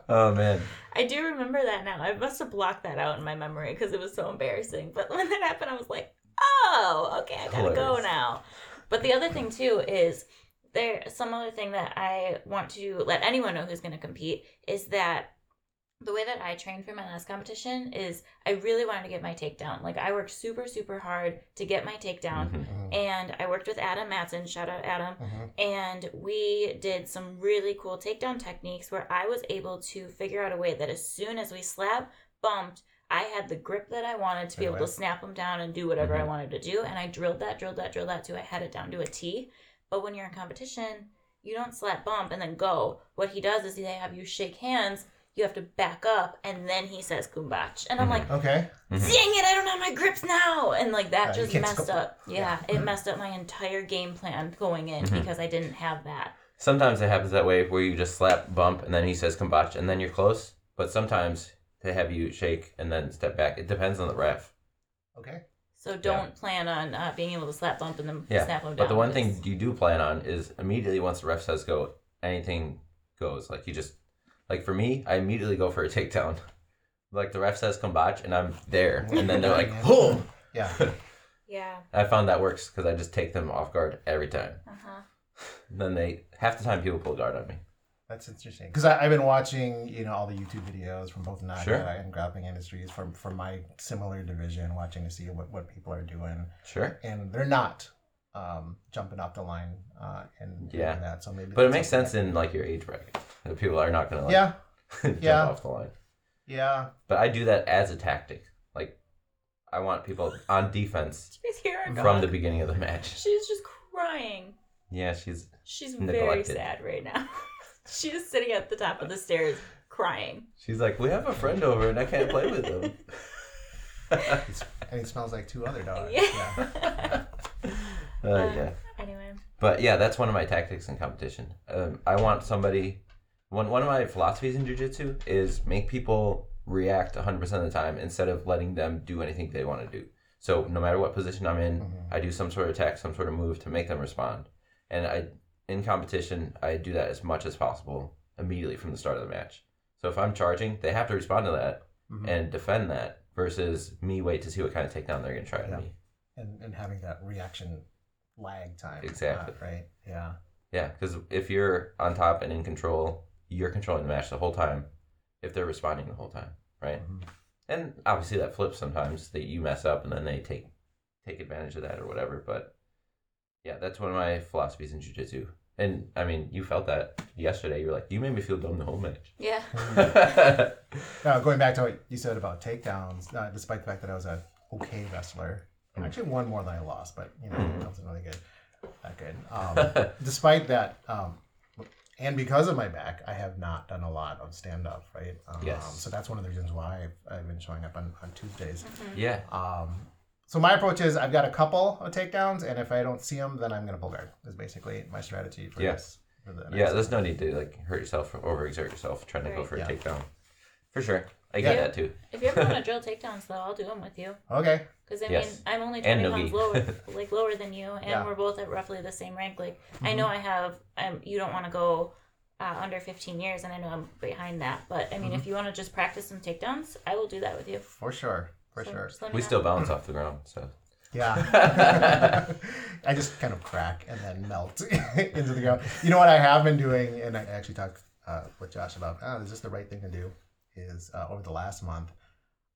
Oh man. I do remember that now. I must have blocked that out in my memory because it was so embarrassing. But (laughs) when that happened, I was like, oh, okay, I gotta go Hilarious. now. But the other thing too is there some other thing that I want to let anyone know who's gonna compete is that the way that I trained for my last competition is I really wanted to get my takedown. Like I worked super, super hard to get my takedown. Mhm. Mm-hmm. And I worked with Adam Matson, shout out Adam Mhm. and we did some really cool takedown techniques where I was able to figure out a way that as soon as we slap bumped, I had the grip that I wanted to be able to Right. snap them down and do whatever I Mhm. wanted to do. And I drilled that, drilled that, drilled that to I had it down to a T. But when you're in competition, you don't slap bump and then go. What he does is they have you shake hands, you have to back up, and then he says kumbach. And I'm Mhm. like, Okay. Mhm. dang it, I don't have my grips now. And like Uh, that Yeah, you just can't messed scope. up. Yeah, it Mm-hmm. messed up my entire game plan going in Mhm. because I didn't have that. Sometimes it happens that way where you just slap bump and then he says kombucha and then you're close. But sometimes they have you shake and then step back. It depends on the ref. Okay. So don't plan on uh, being able to slap bump and then Yeah. snap them down. But the one because- thing you do plan on is immediately once the ref says go, anything goes. Like you just like for me, I immediately go for a takedown. Like the ref says kombucha and I'm there. And then they're like, Whoa Yeah. Yeah. I found that works because I just take them off guard every time. Uh-huh. And then they half the time people pull guard on me. That's interesting because I've been watching, you know, all the YouTube videos from both Naga Sure. and Grappling Industries from from my similar division, watching to see what what people are doing, Sure. and they're not um, jumping off the line uh, and doing Yeah. that. So maybe, But it that's makes something sense in like your age bracket. That people are not gonna that- like (laughs) yeah, jump yeah. off the line. yeah. But I do that as a tactic. Like I want people on defense She's here our from dog. the beginning of the match. (laughs) She's just crying. Yeah, she's She's very Neglected. sad right now. (laughs) she is sitting at the top of the stairs crying. she's like, We have a friend over and I can't play with him. (laughs) It's, and he smells like two other dogs. Yeah. Uh, yeah. Anyway. But yeah, that's one of my tactics in competition. Um, I want somebody. One one of my philosophies in jujitsu is make people react 100% of the time instead of letting them do anything they want to do. So no matter what position I'm in, Mhm. I do some sort of attack, some sort of move to make them respond. And I in competition, I do that as much as possible immediately from the start of the match. So if I'm charging, they have to respond to that Mhm. and defend that versus me wait to see what kind of takedown they're going to try at Yeah. me. and and having that reaction lag time. Exactly. uh, right. Yeah. Yeah, because if you're on top and in control, you're controlling the match the whole time. If they're responding the whole time, right? Mhm. And obviously that flips sometimes that you mess up and then they take take advantage of that or whatever. But yeah, that's one of my philosophies in jujitsu. And I mean, you felt that yesterday. You were like, you made me feel dumb the whole match. (laughs) Yeah. Now going back to what you said about takedowns, uh, despite the fact that I was an okay wrestler, I Mm-hmm. actually won more than I lost, but you know that wasn't really good. That good. Um, (laughs) despite that, um, and because of my back, I have not done a lot of stand up. Right. Um, Yes. So that's one of the reasons why I've, I've been showing up on, on Tuesdays. (laughs) yeah, Um, so my approach is I've got a couple of takedowns, and if I don't see them, then I'm going to pull guard. Is basically my strategy for Yeah. this. For the yeah. There's no need to like hurt yourself or overexert yourself trying to go Right. for a Yeah. takedown. For sure, I get Yeah. that too. If you ever want to drill takedowns, though, I'll do them with you. Okay. Because I Yes. mean, I'm only And 20 Noogie. pounds lower, (laughs) like lower than you, and Yeah. Mm-hmm. we're both at roughly the same rank. Like I know I have, um, you don't want to go uh, under 15 years, and I know I'm behind that. But I mean, Mm-hmm. if you want to just practice some takedowns, I will do that with you. For sure. For So sure. just let me We know. still bounce off the ground, so Yeah. I just kind of crack and then melt (laughs) into the ground. You know what I have been doing, and I actually talked uh, with Josh about, oh, is this the right thing to do? Is uh, over the last month,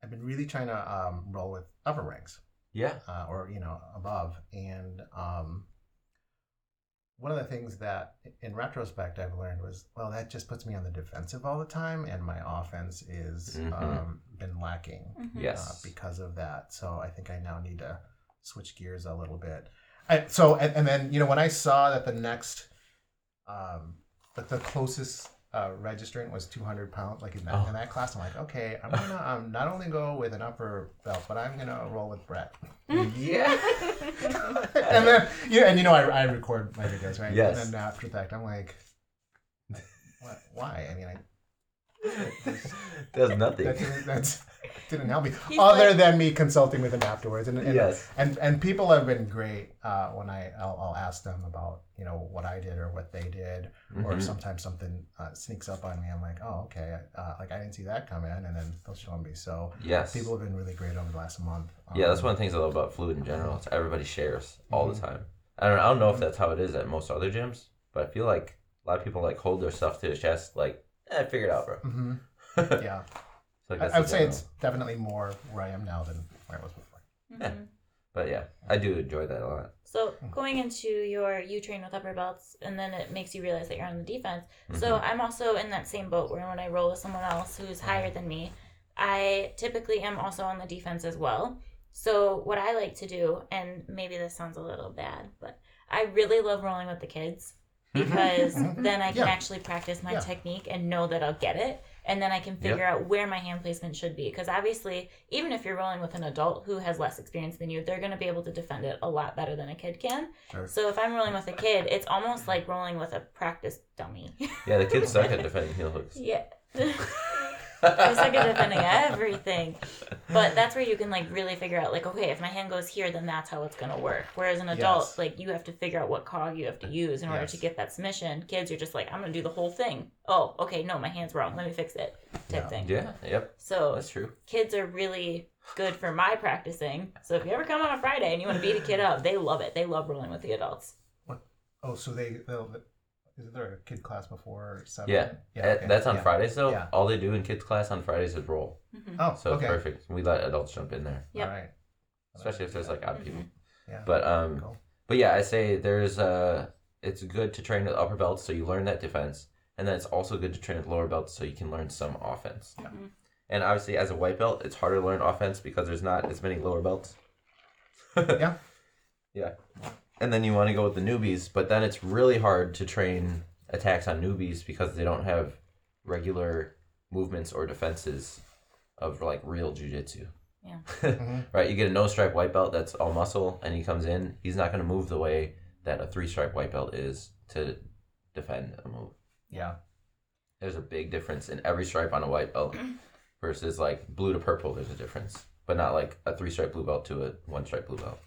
I've been really trying to um, roll with upper ranks. yeah, uh, or you know above and um, one of the things that in retrospect i've learned was well that just puts me on the defensive all the time and my offense is Mhm. um, been lacking Mhm. uh, yes, because of that so i think i now need to switch gears a little bit I, so and, and then you know when i saw that the next um, that the closest uh, registrant was 200 pounds like in that, Oh. in that class i'm like okay (laughs) i'm gonna um, not only go with an upper belt but i'm gonna roll with brett (laughs) yeah. and then yeah, and you know I, I record my videos right. Yes. And then after the fact, I'm like, what? Why? I mean, I, (laughs) Does nothing. (laughs) that didn't, that's, didn't help me. He's Other like- than me consulting with him afterwards, and and, Yes. and and people have been great uh, when I I'll, I'll ask them about you know what I did or what they did, or Mhm. sometimes something uh, sneaks up on me. I'm like, oh okay, uh, like I didn't see that coming, and then they'll show me. So Yes. people have been really great over the last month. yeah, that's Um, one of the things I love about fluid in general. It's everybody shares all Mm-hmm. the time. I don't, I don't know if that's how it is at most other gyms, but I feel like a lot of people like hold their stuff to their chest, like, eh, figure it out, bro. Mhm. (laughs) Yeah. So, like, I, that's I the would say general- it's definitely more where I am now than where I was before. (laughs) Mhm. But yeah, I do enjoy that a lot. So going into your you train with upper belts, and then it makes you realize that you're on the defense. So Mm-hmm. I'm also in that same boat where when I roll with someone else who's higher than me, I typically am also on the defense as well. So what I like to do, and maybe this sounds a little bad, but I really love rolling with the (laughs) kids Mm-hmm. because then I can Mm-hmm. Yeah. actually practice my Yeah. technique and know that I'll get it. And then I can figure out where my hand placement should be. Because obviously, even if you're rolling with an adult who has less experience than you, they're going to be able to defend it a lot better than a kid can. Sure. So if I'm rolling with a kid, it's almost like rolling with a practice dummy. (laughs) Yeah, the kids suck at defending heel hooks. yeah. (laughs) I suck at defending everything. But that's where you can like really figure out like, okay, if my hand goes here, then that's how it's gonna work. Whereas an adult, Yes. like you have to figure out what cog you have to use in order Yes. to get that submission. Kids, you're just like, I'm gonna do the whole thing. Oh, okay, no, my hand's wrong. Let me fix it. Type Yeah. thing. (laughs) Yeah, yep, Oh, So that's true. kids are really good for my practicing. So if you ever come on a Friday and you want to beat a kid up, they love it. They love rolling with the adults. Oh, so they they'll Is there a kid class before seven? Yeah, yeah okay. that's on Yeah. Fridays though. Yeah. All they do in kids class on Fridays is roll, Mhm. Oh, so okay. it's perfect. We let adults jump in there, Yep. All right. especially if there's like odd people. yeah. But um, Mm-hmm. Cool. but yeah, I say there's uh, it's good to train with upper belts so you learn that defense, and then it's also good to train with lower belts so you can learn some offense. Mhm. And obviously, as a white belt, it's harder to learn offense because there's not as many lower belts. Yeah. Yeah. And then you want to go with the newbies, but then it's really hard to train attacks on newbies because they don't have regular movements or defenses of like real jujitsu. Yeah. Mhm. right? You get a no stripe white belt that's all muscle and he comes in, he's not going to move the way that a three stripe white belt is to defend a move. Yeah. There's a big difference in every stripe on a white belt versus like blue to purple, there's a difference, but not like a three stripe blue belt to a one stripe blue belt.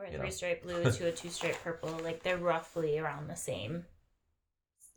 Or a You know. three stripe blue to a two stripe purple. Like they're roughly around the same.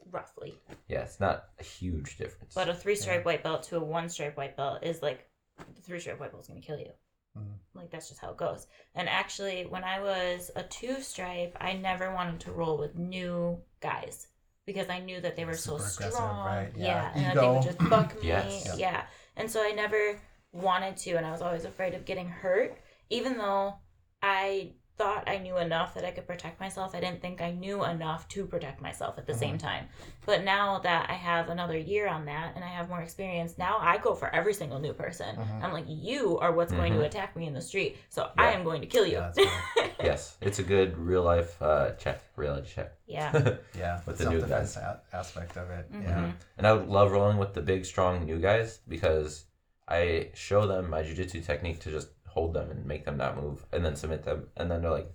Roughly. Yeah, it's not a huge difference. But a three stripe white belt to a one stripe white belt is like the three stripe white belt's gonna kill you. Mhm. Like that's just how it goes. And actually, when I was a two stripe, I never wanted to roll with new guys because I knew that they were so Super aggressive, strong. right? Yeah, Yeah. and that they would Ego. just buck me. Yes. Yeah. Yeah. and so I never wanted to, and I was always afraid of getting hurt, even though I thought I knew enough that I could protect myself. I didn't think I knew enough to protect myself at the same time. But now that I have another year on that and I have more experience, now I go for every single new person. Mhm. I'm like, you are what's going to Mhm. attack me in the street, so Uh-huh. Yeah. I am going to kill you. Yeah. That's cool. yes, it's a good real life uh, check, reality check. Yeah. (laughs) yeah. With the new Mm-hmm. self-defense a- aspect of it. Yeah. Mhm. And I would love rolling with the big, strong new guys because I show them my jujitsu technique to just hold them and make them not move and then submit them. And then they're like,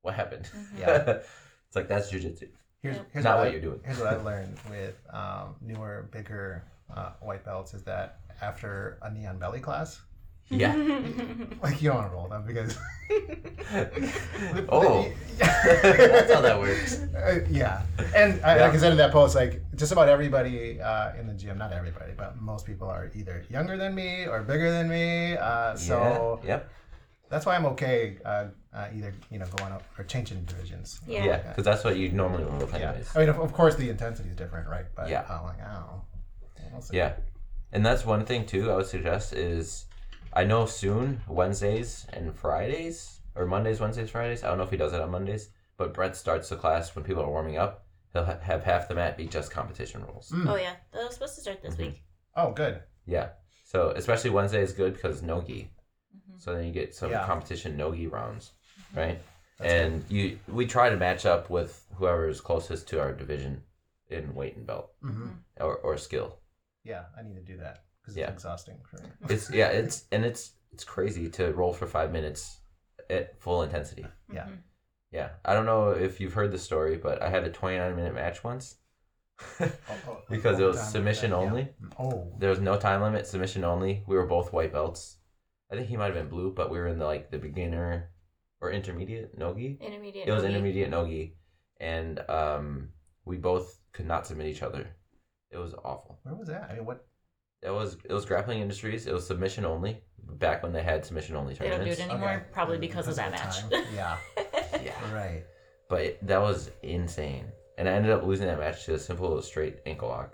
what happened? Yeah. (laughs) it's like, that's jujitsu. Here's, Yep. here's Not what what I- you're doing. Here's what I've learned with um, newer, bigger uh, white belts is that after a neon belly class, (laughs) Yeah. like you don't want to roll them because (laughs) oh, that's how that (laughs) works. Uh, yeah, and I, Yeah. like I said in that post, like just about everybody uh, in the gym, not everybody, but most people are either younger than me or bigger than me. Uh, so yeah. Yep. that's why I'm okay uh, uh, either you know going up or changing divisions. Yeah. Yeah. Because that's what you normally roll with, Yeah, anyways. I mean, of, of course the intensity is different, right? But Yeah. I'm like, oh, we'll see. Yeah. And that's one thing too I would suggest is I know soon Wednesdays and Fridays or Mondays, Wednesdays, Fridays. I don't know if he does it on Mondays, but Brent starts the class when people are warming up. He'll ha- have half the mat be just competition rules. Oh yeah, that was supposed to start Mm-hmm. this week. Oh, good. Yeah. So especially Wednesday is good because nogi. So then you get some Yeah. competition nogi rounds, right? and you we try to match up with whoever is closest to our division in weight and belt hmm or, or skill. Yeah, I need to do that because Yeah. it's exhausting for (laughs) me. It's yeah, it's and it's it's crazy to roll for five minutes at full intensity. Mm-hmm. Yeah. Yeah, I don't know if you've heard the story, but I had a 29 minute match once (laughs) Oh, oh, because it oh, was time, submission yeah. only. Oh, There was no time limit, submission only. We were both white belts. I think he might have been blue, but we were in the like the beginner or intermediate nogi. Intermediate. It was nogi. intermediate nogi, and um, we both could not submit each other. It was awful. where was that? I mean, what? It was it was grappling industries. It was submission only back when they had submission only They don't do tournaments. it anymore, Okay. probably because of that match. (laughs) Because the time. yeah, yeah, right. but it- that was insane. And I ended up losing that match to a simple straight ankle lock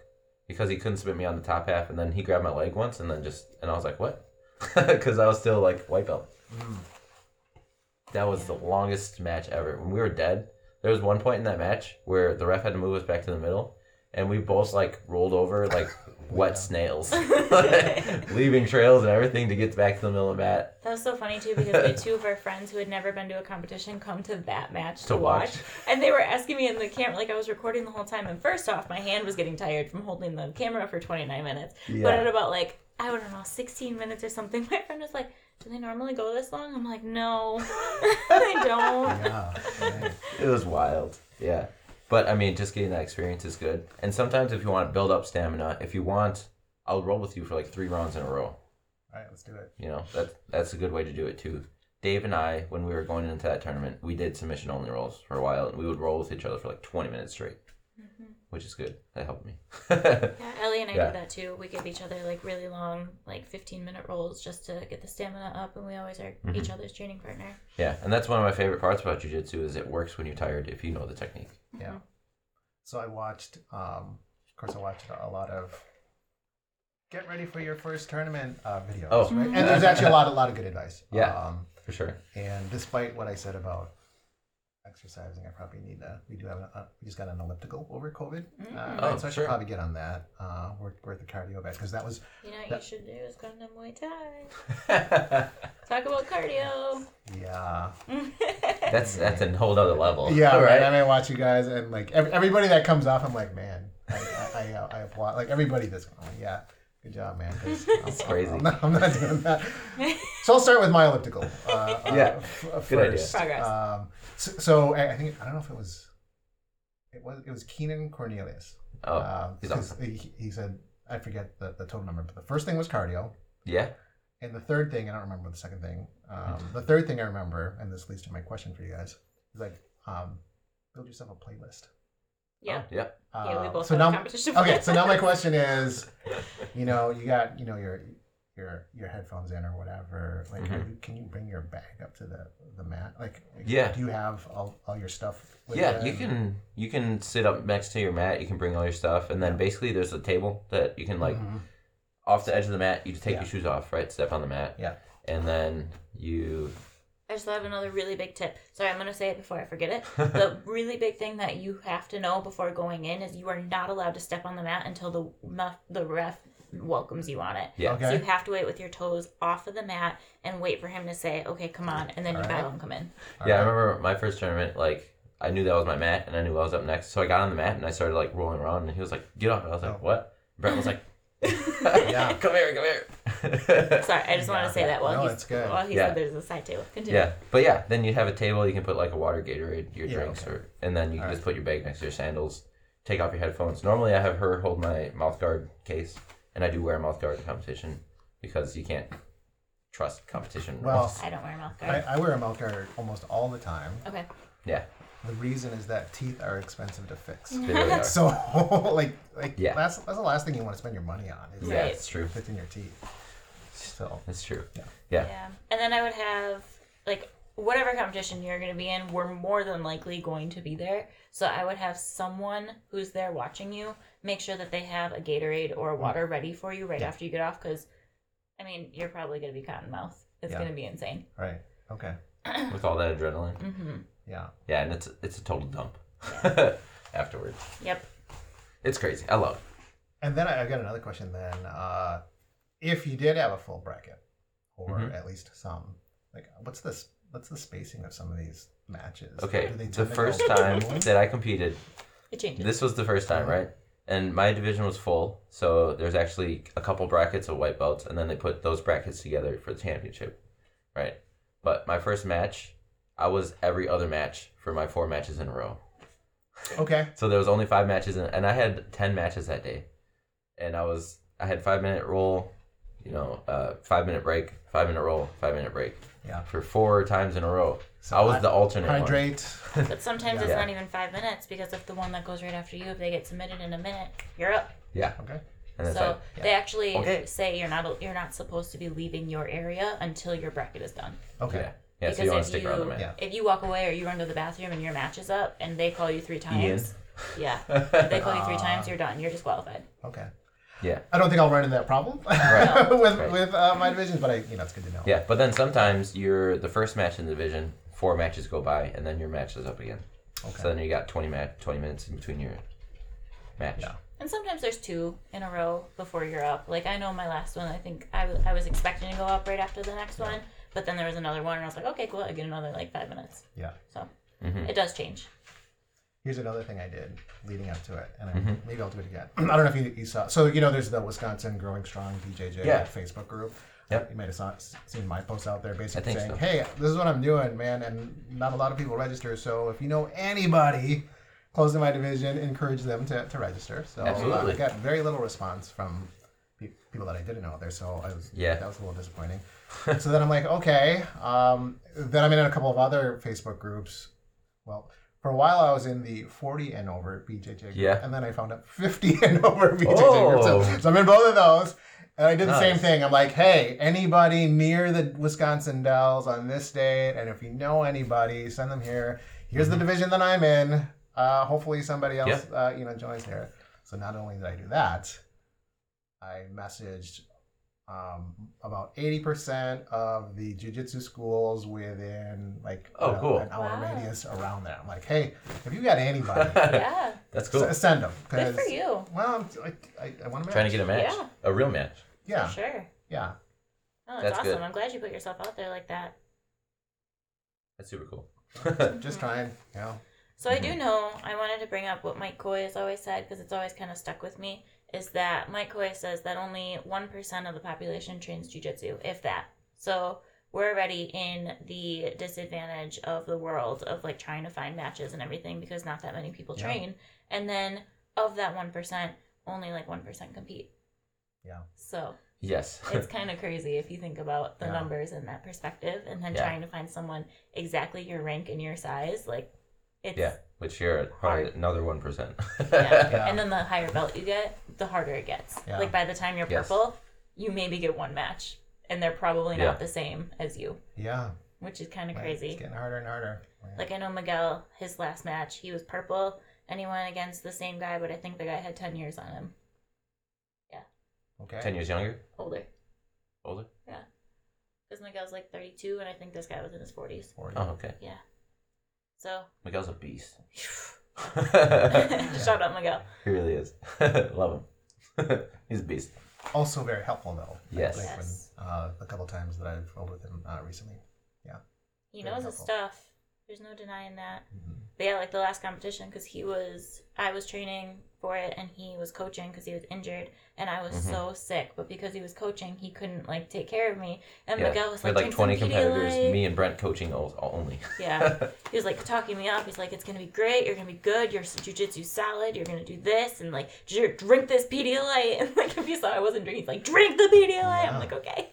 because he couldn't submit me on the top half, and then he grabbed my leg once, and then just and I was like, what? (laughs) Because I was still like white belt. That was the longest match ever. When we were dead, there was one point in that match where the ref had to move us back to the middle, and we both like rolled over like wet snails, (laughs) leaving trails and everything to get back to the middle of the mat. That was so funny too because we had two of our friends who had never been to a competition come to that match to, watch. watch. and they were asking me in the camera, like I was recording the whole time. And first off, my hand was getting tired from holding the camera for 29 minutes. Yeah. But at about like I don't know, 16 minutes or something, my friend was like, "Do they normally go this long?" I'm like, "No, (laughs) they (laughs) don't." Yeah. right. it was wild. Yeah. But I mean, just getting that experience is good. And sometimes if you want to build up stamina, if you want, I'll roll with you for like three rounds in a row. All right, let's do it. You know, that that's a good way to do it too. Dave and I, when we were going into that tournament, we did submission only rolls for a while, and we would roll with each other for like twenty minutes straight, which is good. That helped me. (laughs) Yeah, Ellie and I Yeah. do that too. We give each other like really long, like 15 minute rolls just to get the stamina up, and we always are Mm-hmm. each other's training partner. yeah, and that's one of my favorite parts about jujitsu is it works when you're tired if you know the technique. Yeah. So I watched, um, of course, I watched a lot of get ready for your first tournament uh, videos. Oh. right? and there's actually a lot, a lot of good advice. Yeah. Um, for sure. and despite what I said about exercising, I probably need to. We do have. An, uh, we just got an elliptical over COVID, uh, Oh, so I should sure. probably get on that. Uh, worth worth the cardio back because that was You know what That- you should do is go to Muay Thai. (laughs) that's Talk about cardio. yeah that's a whole other level. yeah All (laughs) right. And I watch you guys and like every, everybody that comes off, I'm like man, I I, I, uh, I applaud like everybody that's going like, yeah. Good job, man. 'cause It's crazy. I'm not, I'm not doing that. So I'll start with my elliptical. Uh, uh, (laughs) Yeah. f- uh, Good idea. first. Progress. Um, so, so I I think I don't know if it was it was it was Keenan Cornelius. Oh, Um, he's 'cause awesome. he, he said, I forget the, the total number, but the first thing was cardio. Yeah. And the third thing, I don't remember the second thing. Um, Hmm. the third thing I remember, and this leads to my question for you guys, is like, um, build yourself a playlist. Yeah. Oh, yeah. Uh, yeah, we both so have a now, competition. for okay, that. so (laughs) now my question is, you know, you got, you know, your your your headphones in or whatever. Like, Mhm. are you- can you bring your bag up to the the mat? Like, like, Yeah. Do you have all, all your stuff? with Yeah, you and- can you can sit up next to your mat. You can bring all your stuff, and then basically there's a table that you can like Mhm. off the edge of the mat. You take Yeah. your shoes off, right? Step on the mat. Yeah. and then (laughs) you (laughs) I just have another really big tip. Sorry, I'm going to say it before I forget it. (laughs) the really big thing that you have to know before going in is you are not allowed to step on the mat until the mu- the ref welcomes you on it. yeah Okay. So you have to wait with your toes off of the mat and wait for him to say, "Okay, come on," and then your bag will come in. yeah. I remember my first tournament. Like I knew that was my mat, and I knew I was up next. So I got on the mat and I started like rolling around, and he was like, "Get off!" And I was like, Oh. "What?" Brent was like, (laughs) Yeah. "Come here, come (laughs) here." Sorry, I just want to say that while No, he's it's good. while he's Yeah. there's a side table. Continue. yeah, but yeah, then you have a table. You can put like a water, Gatorade, your Yeah, drinks, okay. or and then you can just put your bag next to your sandals. Take off your headphones. Normally, I have her hold my mouth guard case, and I do wear a mouth guard in competition because you can't trust competition. Well, rules. I don't wear a mouth I, guard. I wear a mouth guard almost all the time. okay. (laughs) yeah, The reason is that teeth are expensive to fix. they (laughs) really are. So like like Yeah. that's that's the last thing you want to spend your money on is Yeah, Right. it's true. fixing your teeth. So That's true. Yeah. Yeah. And then I would have like whatever competition you're going to be in, we're more than likely going to be there. So I would have someone who's there watching you make sure that they have a Gatorade or water ready for you right Yeah. after you get off cuz I mean, you're probably going to be cotton mouth. It's Yeah. going to be insane. right okay With all that adrenaline. Mm-hmm. Mhm. yeah Yeah, and it's it's a total dump (laughs) afterwards. Yep. It's crazy. I love it. and then I, I got another question then uh, if you did have a full bracket or Mhm. at least some like what's this what's the spacing of some of these matches Okay, Do they the tend to first go time (laughs) forward? that I competed, It changes. this was the first time, right? And my division was full, so there's actually a couple brackets of white belts, and then they put those brackets together for the championship, right? But my first match, I was every other match for my four matches in a row. (laughs) okay So there was only five matches, in, and I had ten matches that day, and I was I had five minute roll, you know, uh, five minute break, five minute roll, five minute break, Yeah. for four times in a row. I was hy- the alternate one. hydrate But sometimes it's Yeah. not even 5 minutes because if the one that goes right after you, if they get submitted in a minute, you're up. Yeah, okay and that's so like, they actually Okay. say you're not you're not supposed to be leaving your area until your bracket is done. okay yeah, yeah. So Because you want if to stick around the you- man. Yeah. If you walk away or you run to the bathroom and your match is up and they call you three Ian. times, (laughs) yeah, if they call you three times, you're done. You're disqualified. okay Yeah. I don't think I'll run into that problem (laughs) Right. with Right. with uh, my divisions but I you know it's good to know Yeah, but then sometimes you're the first match in the division, four matches go by, and then your match is up again. Okay. So then you got 20, ma- 20 minutes in between your match. (laughs) Yeah. And sometimes there's two in a row before you're up. Like I know my last one, I think I w- I was expecting to go up right after the next one, but then there was another one and I was like, okay, cool, I get another like five minutes. yeah So Mm-hmm. it does change. (laughs) Here's another thing I did leading up to it, and I, Mm-hmm. maybe I'll do it again. (clears throat) I don't know if you, you saw. So you know, there's the Wisconsin Growing Strong BJJ Yeah. Facebook group. Yep. You might have saw, seen my post out there, basically think saying, so. "Hey, this is what I'm doing, man," and not a lot of people register. So if you know anybody close to my division, encourage them to, to register. So uh, Absolutely. I got very little response from pe- people that I didn't know out there. So I was Yeah. that was a little disappointing. (laughs) so then I'm like, okay. Um, then I'm in a couple of other Facebook groups. Well, for a while I was in the 40 and over BJJ group, Yeah. and then I found out 50 (laughs) and over BJJ group. Oh. So, so I'm in both of those, and I did the same Nice. thing. I'm like, hey, anybody near the Wisconsin Mm-hmm. Dells on this date, and if you know anybody, send them here. Here's the division that I'm in. uh, hopefully somebody else uh, you know joins there. So not only did I do that, I messaged um, about eighty percent of the jujitsu schools within like Oh, uh, cool. an hour Wow. radius around there. I'm like, hey, if you got anybody, Yeah. That's (laughs) cool. s- send them. Good for you. Well, I'm, I, I, I want to Trying to get a match, Yeah. a real match. Yeah, For sure. yeah. Oh, that's, That's awesome. good. I'm glad you put yourself out there like that. That's super cool. Just trying, you know. So I do Mm-hmm. know I wanted to bring up what Mike Coy has always said because it's always kind of stuck with me is that Mike Coy says that only 1% of the population trains jujitsu, if that. So we're already in the disadvantage of the world of like trying to find matches and everything because not that many people Yeah. train. And then of that 1%, only like 1% compete. Yeah. (laughs) So Yes. (laughs) it's kind of crazy if you think about the Yeah. numbers in that perspective and then Yeah. trying to find someone exactly your rank and your size like it's yeah, which you're probably Hard. another one percent. (laughs) yeah. Yeah. and then the higher belt you get the harder it gets Yeah. like by the time you're Yes. purple you maybe get one match and they're probably Yeah. not the same as you (laughs) Yeah. which is kind of Like, crazy It's getting harder and harder. like i know miguel his last match he was purple and he went against the same guy but i think the guy had 10 years on him okay. Ten years younger, older older. because miguel's like 32 and i think this guy was in his 40s Forty. Oh, okay. yeah (laughs) so (laughs) Miguel's a beast. (laughs) shout out miguel he really is. (laughs) Love him. (laughs) He's a beast. Also very helpful though. I Yes. think, when, Yes. uh, a couple times that I've rolled with him uh, recently. He Very knows his helpful. stuff. There's no denying that. Mhm. But yeah, like the last competition, because he was, I was training for it and he was coaching because he was injured and I was Mhm. so sick. But because he was coaching, he couldn't like take care of me. And yeah. Miguel was we had like, like "Drink twenty some competitors. Pedialyte." Me and Brent coaching o- only. (laughs) Yeah. He was like talking me up. He's like, it's going to be great. You're going to be good. Your jujitsu solid. You're going to do this. And like, "Dr- drink this Pedialyte. (laughs) And like, if he saw I wasn't drinking, he's like, drink the Pedialyte. I'm Yeah. like, okay.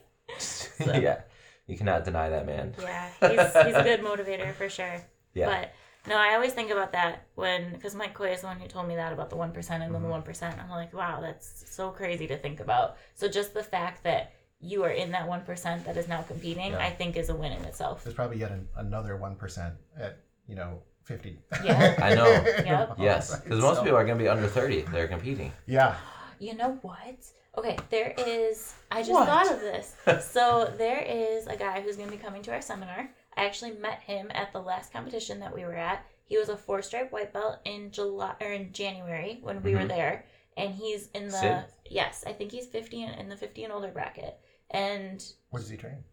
(laughs) yeah, you cannot deny that man. Yeah. He's, he's a good motivator for sure. Yeah. But no, I always think about that when because Mike Coy is the one who told me that about the one percent and then the one percent. I'm like, wow, that's so crazy to think about. So just the fact that you are in that one percent that is now competing, Yeah. I think is a win in itself. (laughs) There's probably yet an, another one percent at you know fifty. (laughs) Yeah. I know. Yep. Yes, because most people are going to be under thirty. They're competing. Yeah. You know what? Okay, there is. I just What? thought of this. (laughs) So there is a guy who's going to be coming to our seminar. I actually met him at the last competition that we were at. He was a four stripe white belt in July or in January when we were Mhm. there, and he's in the Sid? yes, I think he's fifty and in the fifty and older bracket, and What does he train?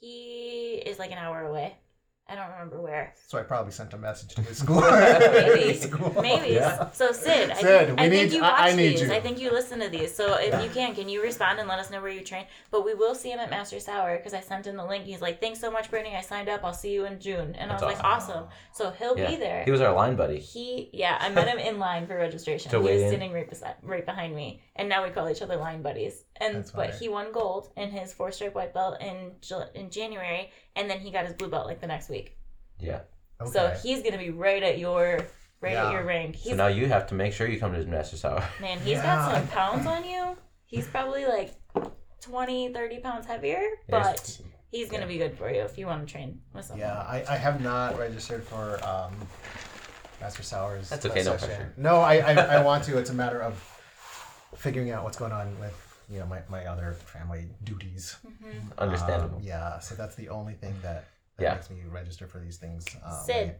he is like an hour away. I don't remember where. So I probably sent a message to his (laughs) school. Maybe. (laughs) School. (laughs) Maybe. Yeah. So Sid, I, Sid, think, we I need- think you I- watch I need these. you. I think you listen to these. So if you can, can you respond and let us know where you train? But we will see him at Master's Hour because I sent him the link. He's like, "Thanks so much, Brittany. I signed up. I'll see you in June." And That's I was like, "Awesome!" So he'll Yeah. be there. He was our line buddy. He, yeah, I met him in line for registration. To he weigh was in? sitting right beside, right behind me, and now we call each other line buddies. And That's but funny. he won gold in his four stripe white belt in Ju- in January, and then he got his blue belt like the next week. Yeah. Okay. So he's gonna be right at your right Yeah. at your rank. He's so now you have to make sure you come to his master's hour. (laughs) Man, he's Yeah. got some pounds on you. He's probably like 20, 30 pounds heavier, Yes. but he's going to be good for you if you want to train with someone. Yeah, I, I have not registered for um, Master Sours. That's okay, no session. pressure. No, I, I, I want to. It's a matter of figuring out what's going on with you know my, my other family duties. Mm-hmm. Um, Understandable. yeah, so that's the only thing that, that Yeah. makes me register for these things. Um, Sid,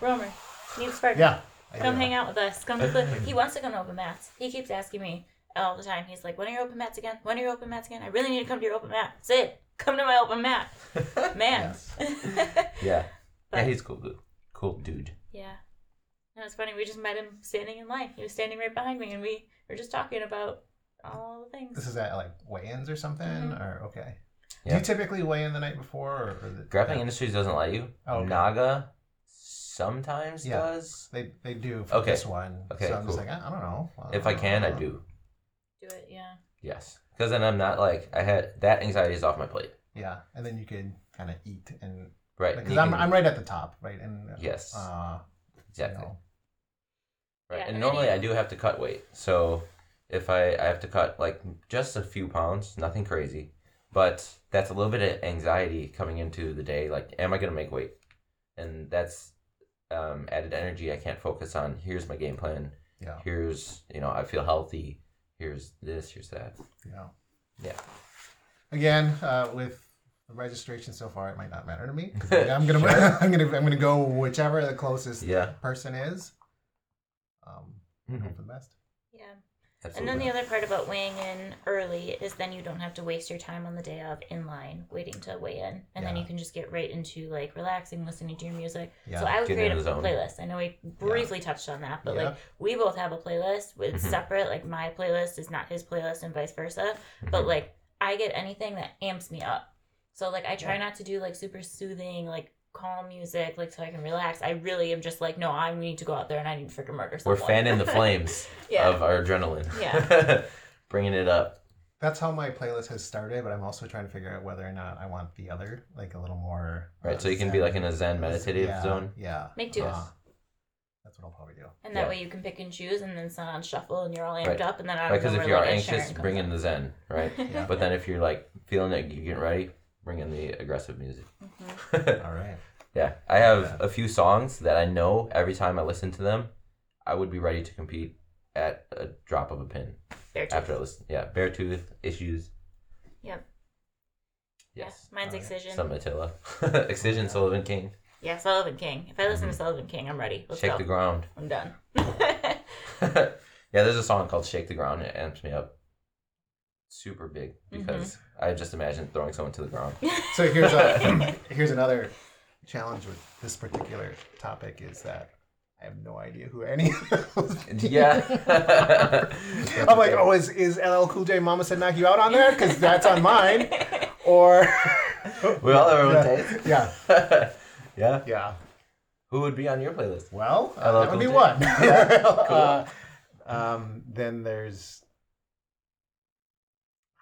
Romer, needs Spark. Yeah. I Come do. hang out with us. Come to the. He wants to come to open mats. He keeps asking me all the time. He's like, "When are your open mats again? When are your open mats again? I really need to come to your open mat. Sid, come to my open mat, (laughs) man." Yes. Yeah. yeah, But- he's a cool dude. Cool dude. (laughs) Yeah. No, it's funny. We just met him standing in line. He was standing right behind me, and we were just talking about all the things. This is at like weigh-ins or something, Mm-hmm. or okay. Do Yeah. you typically weigh in the night before, or, or the, Grappling Industries doesn't let you. Oh, okay. Naga sometimes Yeah. does. They they do for Okay. this one. Okay, So I'm just cool. like I, I don't know. If I can, Uh. I do. Do it, yeah. Yes. Because then I'm not like, I had that anxiety is off my plate. Yeah, and then you could kind of eat and Right. and because you I'm, can- I'm right at the top, right? And uh, yes. uh, you exactly. know, Right. Yeah, and and normally you- I do have to cut weight. So if I, I have to cut like just a few pounds, nothing crazy. But that's a little bit of anxiety coming into the day. Like, am I going to make weight? And that's, um, added energy. I can't focus on here's my game plan. Yeah. Here's you know I feel healthy. Here's this. Here's that. Yeah. Yeah. Again, uh, with the registration so far, it might not matter (laughs) to me. 'cause I'm gonna, (laughs) I'm gonna, I'm gonna go whichever the closest Yeah. person is. Um, Mhm. hope for the best. Yeah. And Absolutely. then the other part about weighing in early is then you don't have to waste your time on the day of in line waiting to weigh in. And then Yeah. you can just get right into like relaxing, listening to your music. Yeah. So I would Getting create in a the zone. playlist. I know we briefly touched on that, but like Yeah. we both have a playlist. It's Mhm. separate. Like my playlist is not his playlist and vice versa. But Mhm. like I get anything that amps me up. So like I try not to do like super soothing, like calm music, like so I can relax. I really am just like, no, I need to go out there and I need to freaking murder we're (laughs) someone. fanning the flames (laughs) yeah. of our adrenaline. Yeah. (laughs) Bringing it up. That's how my playlist has started, but I'm also trying to figure out whether or not I want the other, like a little more. Right. uh, So you can be zen- like in a Zen meditative yeah, zone. Yeah. Make two. Uh, that's what I'll probably do. And that Yeah. way you can pick and choose, and then it's not on shuffle, and you're all amped Right. up, and then I Right. don't Because if know where, you are like, a anxious, Sharon bring in comes up. the Zen. Right. Yeah. But then if you're like feeling it, you're getting ready. Bring in the aggressive music. Mm-hmm. Mhm. All right. Yeah, I have a few songs that I know every time I listen to them, I would be ready to compete at a drop of a pin Bear tooth. after I listen. Yeah, Bear Tooth issues. Yep. Yes. Yeah. Mine's Alright. Excision. Some Attila, (laughs) Excision, Sullivan King, Yeah, Sullivan King. If I listen Mhm. to Sullivan King, I'm ready. Let's Shake go. the Ground. I'm done. (laughs) yeah, there's a song called Shake the Ground. It amps me up super big because I just imagine throwing someone to the ground. So here's (laughs) a, here's another challenge with this particular topic is that I have no idea who any of those. (laughs) yeah. I'm like, oh, is, is LL Cool J Mama Said Knock You Out on there? Because that's on mine. Or. (laughs) We all have our own yeah. oh, yeah. tastes. (laughs) yeah. Yeah. Who would be on your playlist? Well, uh, LL that would be Cool J. (laughs) one. cool. Uh, um, then there's.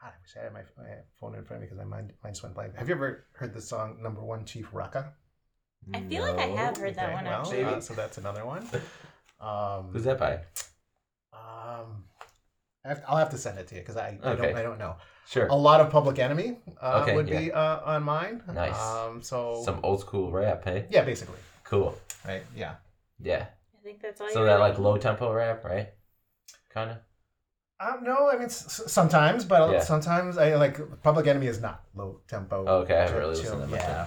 God, I wish I had my, my phone in front of me because my mind, mind just went blank. Have you ever heard the song Number One Chief Rocka? I feel like I have heard that Okay, one well, actually. uh, so that's (laughs) another one. Um, Who's that by? Um, I have- I'll have to send it to you because I, I Okay. don't I don't know. Sure. A lot of Public Enemy uh, Okay, would be uh, on mine. Nice. Um, so Some old school rap, hey? yeah, basically, Cool. right? Yeah. Yeah. I think that's all. So you that really like low tempo rap, right? Kind of. Um, no, I mean s- s- sometimes, but Yeah. sometimes I like Public Enemy is not low tempo. Okay, I haven't chill- really chill- listened to much Yeah,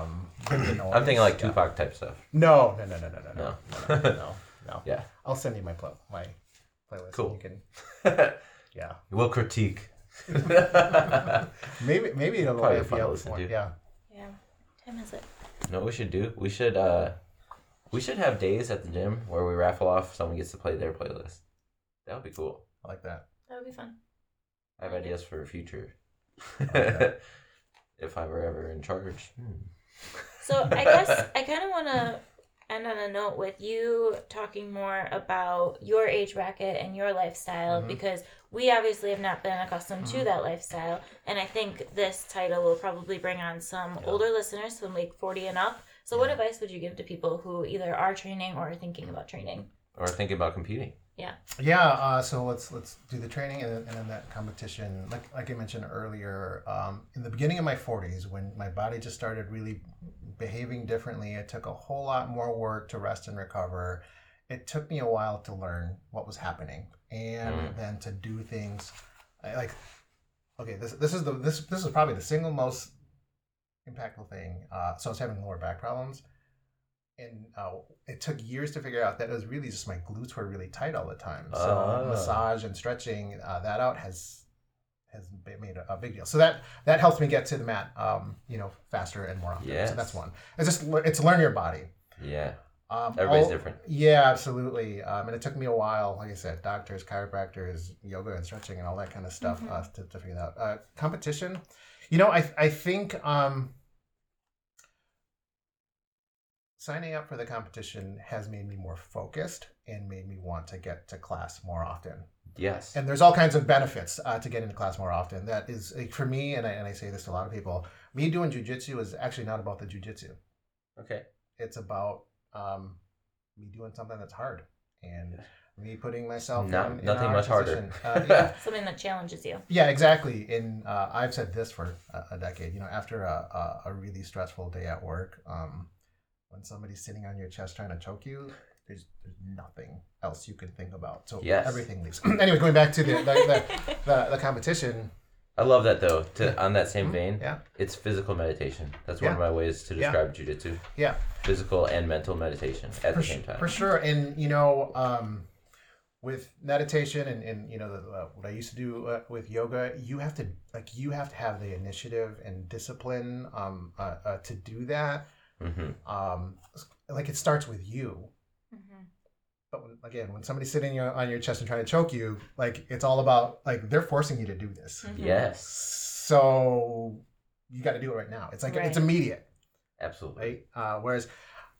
(laughs) um, I'm thinking like Tupac type stuff. No, no, no, no, no, no, No. (laughs) no, no, no, no, no. Yeah. I'll send you my pl- my playlist. Cool. You can, yeah. we'll critique. (laughs) Maybe maybe it'll Probably be fun to up listen for to. yeah. Yeah. What time is it? No, we should do. We should. uh We should have days at the gym where we raffle off. Someone gets to play their playlist. That would be cool. I like that. That would be fun. I have ideas for a future. Oh, Okay. (laughs) if I were ever in charge. Hmm. So I guess I kind of want to end on a note with you talking more about your age bracket and your lifestyle Mhm. because we obviously have not been accustomed to that lifestyle, and I think this title will probably bring on some Yeah. older listeners from like forty and up. So what Yeah. advice would you give to people who either are training or are thinking about training? Or thinking about competing. Yeah, uh, so let's let's do the training and, then- and then that competition. Like like I mentioned earlier, um, in the beginning of my 40s, when my body just started really behaving differently, it took a whole lot more work to rest and recover. It took me a while to learn what was happening and Mm. then to do things I, like okay, this this is the this this is probably the single most impactful thing. Uh, so I was having lower back problems, and uh, it took years to figure out that it was really just my glutes were really tight all the time. So Ah. massage and stretching uh, that out has has been made a, a big deal. So that that helps me get to the mat, um, you know, faster and more often. Yes. So that's one. It's just le- it's learn your body. Yeah. Um, Everybody's all- different. yeah, absolutely. Um, and it took me a while, like I said, doctors, chiropractors, yoga and stretching and all that kind of stuff Mhm. uh, to, to figure that out. Uh, competition, you know, I, I think um, signing up for the competition has made me more focused and made me want to get to class more often. Yes. And there's all kinds of benefits uh, to get into class more often. That is, like, for me, and I, and I say this to a lot of people, me doing jujitsu is actually not about the jujitsu okay. it's about um, me doing something that's hard and me putting myself Not- in, in nothing a much harder. position. (laughs) Uh, yeah, Something that challenges you. yeah, exactly. And uh, I've said this for a, a decade. You know, after a, a, a really stressful day at work, um, when when somebody's sitting on your chest trying to choke you, there's, there's nothing else you can think about. So Yes. everything leaves. (clears throat) anyway, going back to the the, (laughs) the, the, the competition. Hmm? I love that though. To on that same vein, Mm-hmm. Yeah. it's physical meditation. That's one Yeah. of my ways to Yeah. describe jujitsu: Yeah. physical and mental meditation at for, the su- same time. for sure. And you know, um, with meditation and, and you know the, uh, what I used to do uh, with yoga, you have to like you have to have the initiative and discipline um, uh, uh, to do that. hmm Um, like it starts with you. Mm-hmm. But when, again, when somebody's sitting your, on your chest and trying to choke you, like it's all about like they're forcing you to do this. Mm-hmm. Yes, So you got to do it right now. It's like Right. it's immediate absolutely. right? Uh, whereas,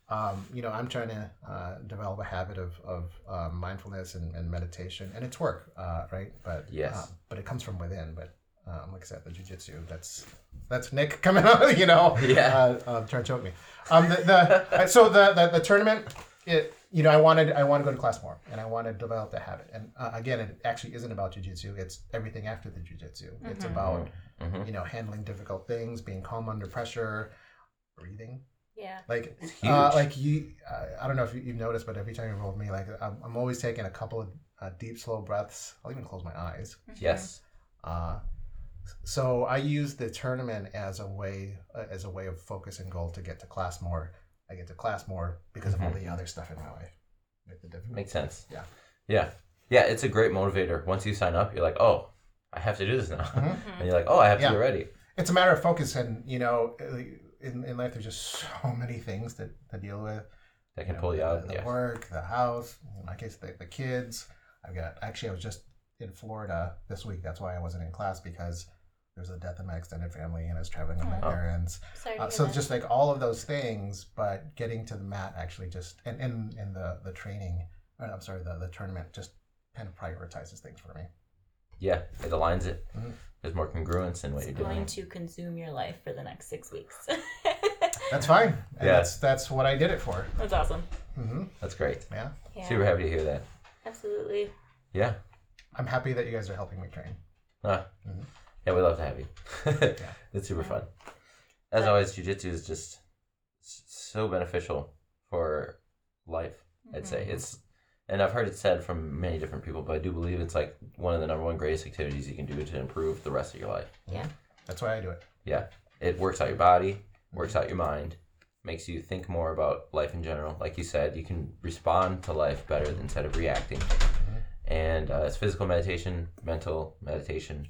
um, you know, I'm trying to uh, develop a habit of, of uh, mindfulness and, and meditation, and it's work, uh, right? But Yes. uh, but it comes from within. But um, like I said, the jujitsu, that's that's Nick coming (laughs) up, you know, Yeah. uh, uh, trying to choke me. Um, the, the uh, so the, the the tournament, it you know, I wanted I want to go to class more, and I want to develop the habit. And uh, again, it actually isn't about jujitsu; it's everything after the jujitsu. It's Mhm. about hmm you know handling difficult things, being calm under pressure, breathing. Yeah. Like, It's uh, huge. like you, uh, I don't know if you, you've noticed, but every time you're with me, like I'm, I'm always taking a couple of uh, deep, slow breaths. I'll even close my eyes. Mm-hmm. Yes, Uh, so I use the tournament as a way, uh, as a way of focus and goal to get to class more. I get to class more because of all the other stuff in my life. Make the difference. Mm-hmm. makes sense. Yeah. yeah, yeah. It's a great motivator. Once you sign up, you're like, oh, I have to do this now, Mhm. (laughs) Mm-hmm. and you're like, oh, I have Yeah. to get ready. It's a matter of focus, and you know, uh, in, in life, there's just so many things to, to deal with. That can pull you out. The, Yeah. work, the house, in my case, the, the kids. I've got, actually, I was just in Florida this week. That's why I wasn't in class because there was a death in my extended family and I was traveling on my Oh. parents. Sorry. To Uh, hear so that. just like all of those things, but getting to the mat actually just, and in and, the, the training, or, I'm sorry, the, the tournament just kind of prioritizes things for me. Yeah, it aligns it. Mhm. There's more congruence in what It's you're doing. going to consume your life for the next six weeks. (laughs) That's fine. And Yeah. That's, that's what I did it for. That's awesome. hmm That's great. Yeah. Yeah. Super happy to hear that. Absolutely. Yeah. I'm happy that you guys are helping me train. Ah. Mhm. Yeah, we love to have you. (laughs) It's super fun. As But- always, jujitsu is just s- so beneficial for life. Mm-hmm. I'd say it's, and I've heard it said from many different people, but I do believe it's like one of the number one greatest activities you can do to improve the rest of your life. Yeah. That's why I do it. Yeah, it works out your body, works Mm-hmm. out your mind, makes you think more about life in general. Like you said, you can respond to life better than- instead of reacting. Mm-hmm. And uh, it's physical meditation, mental meditation,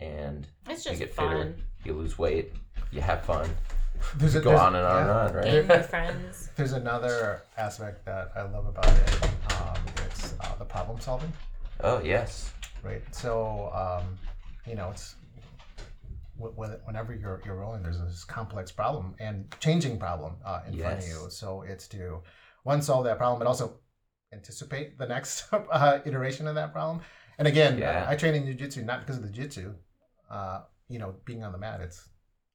and It's you just get fun. fitter, you lose weight, you have fun, There's a, go there's- on and on yeah. and on, right? (laughs) Meeting new friends. There's another aspect that I love about it. Um, it's uh, the problem solving, Oh yes, right? So, um, you know, it's wh- wh- whenever you're you're rolling, there's this complex problem and changing problem uh, in front of Yes. you. So it's to one solve that problem, but also anticipate the next (laughs) uh, iteration of that problem. And again, Yeah. I, I train in jujitsu not because of the jitsu, uh, you know, being on the mat. It's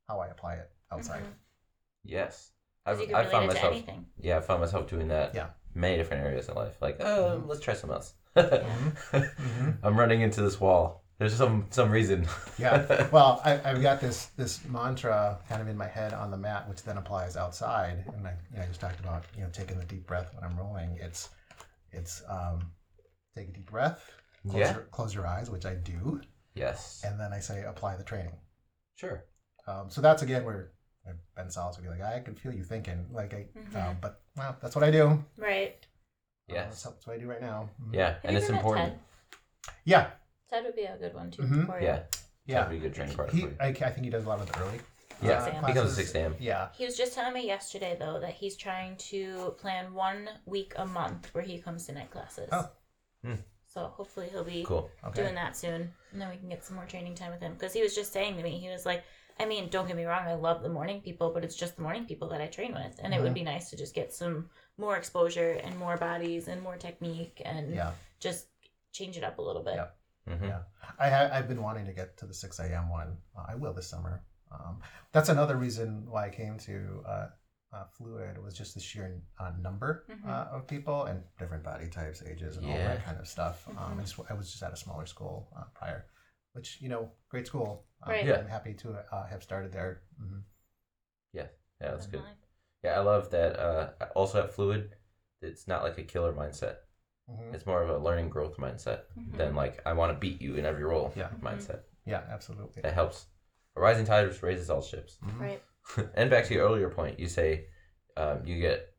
how I apply it outside. Mhm. yes. 'Cause I've, you can I found relate it to myself. anything. Yeah, I found myself doing that. Yeah. Mm-hmm. Many different areas in life, like oh, let's try something else. (laughs) Mm-hmm. Mhm. I'm running into this wall. There's some some reason. (laughs) yeah. Well, I, I've got this this mantra kind of in my head on the mat, which then applies outside. And I, you know, I just talked about you know taking the deep breath when I'm rolling. It's it's um, take a deep breath, close, Yeah. your, close your eyes, which I do, Yes. and then I say apply the training. Sure. Um, so that's again where where Ben Salas would be like, I can feel you thinking, like I, um, Mhm. but well, that's what I do. Right. Yeah, Yes. that's, that's what I do right now. Mhm. Yeah, Uh, Have and you it's ever met important. Ted? yeah, Ted would be a good one too. Mhm. for you. Yeah. yeah. That'd be a good training partner He, for you. I, I think he does a lot of the early. Uh, Yeah. Exam. He comes classes. to six a.m. Yeah, He was just telling me yesterday though that he's trying to plan one week a month where he comes to night classes. Oh. Hmm. So hopefully he'll be Cool. okay. doing that soon, and then we can get some more training time with him. Because he was just saying to me, he was like, I mean, don't get me wrong, I love the morning people, but it's just the morning people that I train with, and it would be nice to just get some more exposure and more bodies and more technique and Yeah. just change it up a little bit. Yeah. hmm Yeah. I ha- I've been wanting to get to the 6 a.m. one. Uh, I will this summer. Um, that's another reason why I came to uh, uh, Fluid was just the sheer uh, number Mhm. uh, of people and different body types, ages, and all Yeah. that kind of stuff. Um, Mhm. I, just, I was just at a smaller school uh, prior, which you know, great school. Um, Right. Yeah. I'm happy to uh, have started there. Mhm. Yeah, that's I'm good. like, Yeah, I love that. Uh, also at Fluid, it's not like a killer mindset. Mhm. It's more of a learning growth mindset Mhm. than like I want to beat you in every role Yeah. mindset. Yeah, absolutely. That helps. A rising tide raises all ships. Right. and back to your earlier point, you say um, you get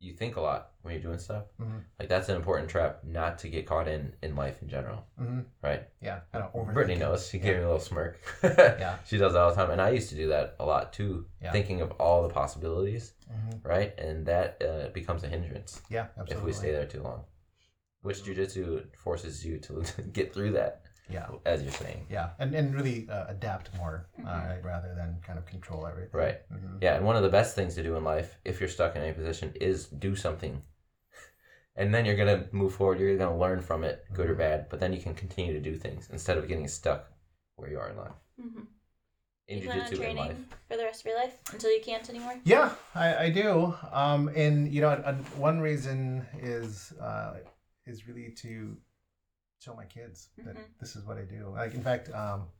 you think a lot when you're doing stuff. Mhm. Like that's an important trap not to get caught in in life in general, hmm right? Yeah, I don't overthink. Brittany it. knows. She Yeah. gave me a little smirk. (laughs) Yeah. She does that all the time, and I used to do that a lot too, Yeah. thinking of all the possibilities, Mhm. right? And that uh, becomes a hindrance Yeah, absolutely. if we stay there too long. Which jujitsu forces you to (laughs) get through that, Yeah, as you're saying. yeah, and and really uh, adapt more uh, Mhm. rather than kind of control everything. Right. Mhm. Yeah, and one of the best things to do in life, if you're stuck in any position, is do something. (laughs) And then you're gonna move forward. You're gonna learn from it, good Mm-hmm. or bad. But then you can continue to do things instead of getting stuck where you are in life. Mm-hmm. In you plan on jujitsu, in life, training for the rest of your life until you can't anymore? Yeah, I, I do. Um, and you know, and- and one reason is uh, is really to show my kids that Mhm. this is what I do. Like, in fact, um,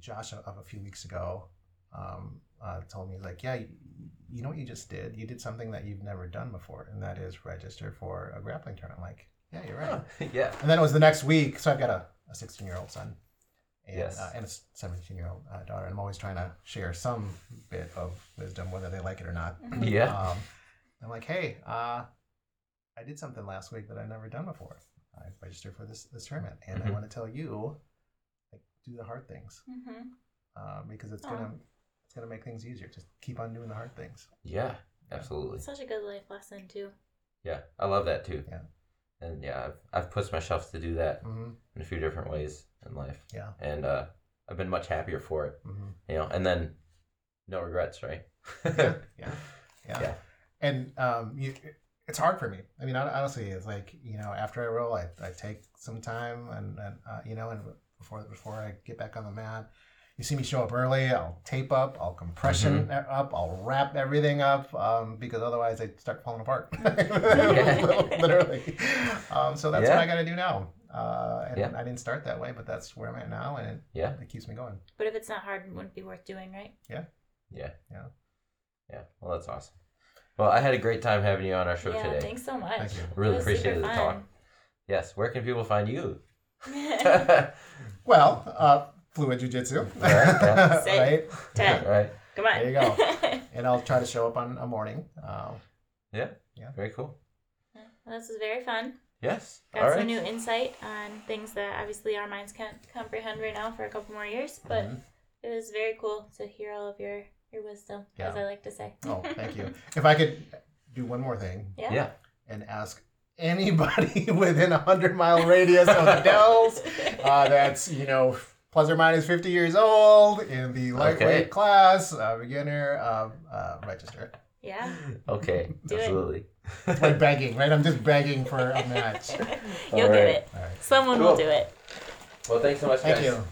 Josh uh, of a few weeks ago um, uh, told me, he's like, yeah, you, you know what you just did? You did something that you've never done before, and that is register for a grappling tournament. I'm like, yeah, you're right. (laughs) yeah, And then it was the next week, so I've got a, a 16 year old son. And, Yes. uh, and a 17 year old uh, daughter. And I'm always trying to share some bit of wisdom, whether they like it or not. Mm-hmm. yeah. Um, I'm like, hey, uh, I did something last week that I've never done before. I registered for this, this tournament. And I Mhm. want to tell you, like, do the hard things Mm-hmm. uh, because it's going to. It's gonna make things easier. Just keep on doing the hard things. Yeah, absolutely. Such a good life lesson too. Yeah, I love that too. Yeah. And yeah, I've, I've pushed myself to do that hmm in a few different ways in life. Yeah. And uh, I've been much happier for it, hmm you know, and then no regrets, right? (laughs) yeah, yeah, yeah. Yeah. And um, you, it's hard for me. I mean, hon- honestly, it's like you know, after I roll, I, I take some time, and, and uh, you know, and before before I get back on the mat, you see me show up early. I'll tape up. I'll compression Mm-hmm. e, up. I'll wrap everything up um, because otherwise I start (laughs) falling apart, (laughs) literally. Um, so that's what Yeah. I got to do now. Uh, and Yeah. I didn't start that way, but that's where I'm at now, and it, (laughs) Yeah. it keeps me going. But if it's not hard, it wouldn't be worth doing, right? Yeah. Well, that's awesome. Well, I had a great time having you on our show yeah, today. thanks so much. Thank you. Really It was super appreciated the talk. fun. Yes. Where can people find you? (laughs) (laughs) Tag. All Well, uh, fluid jujitsu, yeah. Say it. (laughs) right? right. Come on. There you go. and I'll try to show up on a morning. Uh, Very cool. Well, (laughs) this was very fun. Yes. Got All some right. new insight on things that obviously our minds can't comprehend right now for a couple more years, but Mm-hmm. Mhm. it was very cool to hear all of your your wisdom, as Yeah. I like to say. oh, thank you. If I could do one more thing Yeah. Yeah. and ask anybody (laughs) within a hundred mile radius of the Dells, uh, that's you know plus or minus fifty years old in the lightweight Okay. class, uh, beginner, uh, uh, register. Yeah. Okay. Do it. Absolutely. It's like begging, right? I'm just begging for a match. You'll All get right. it. All right. Someone will Cool. do it. Well, thanks so much, Thank guys. you.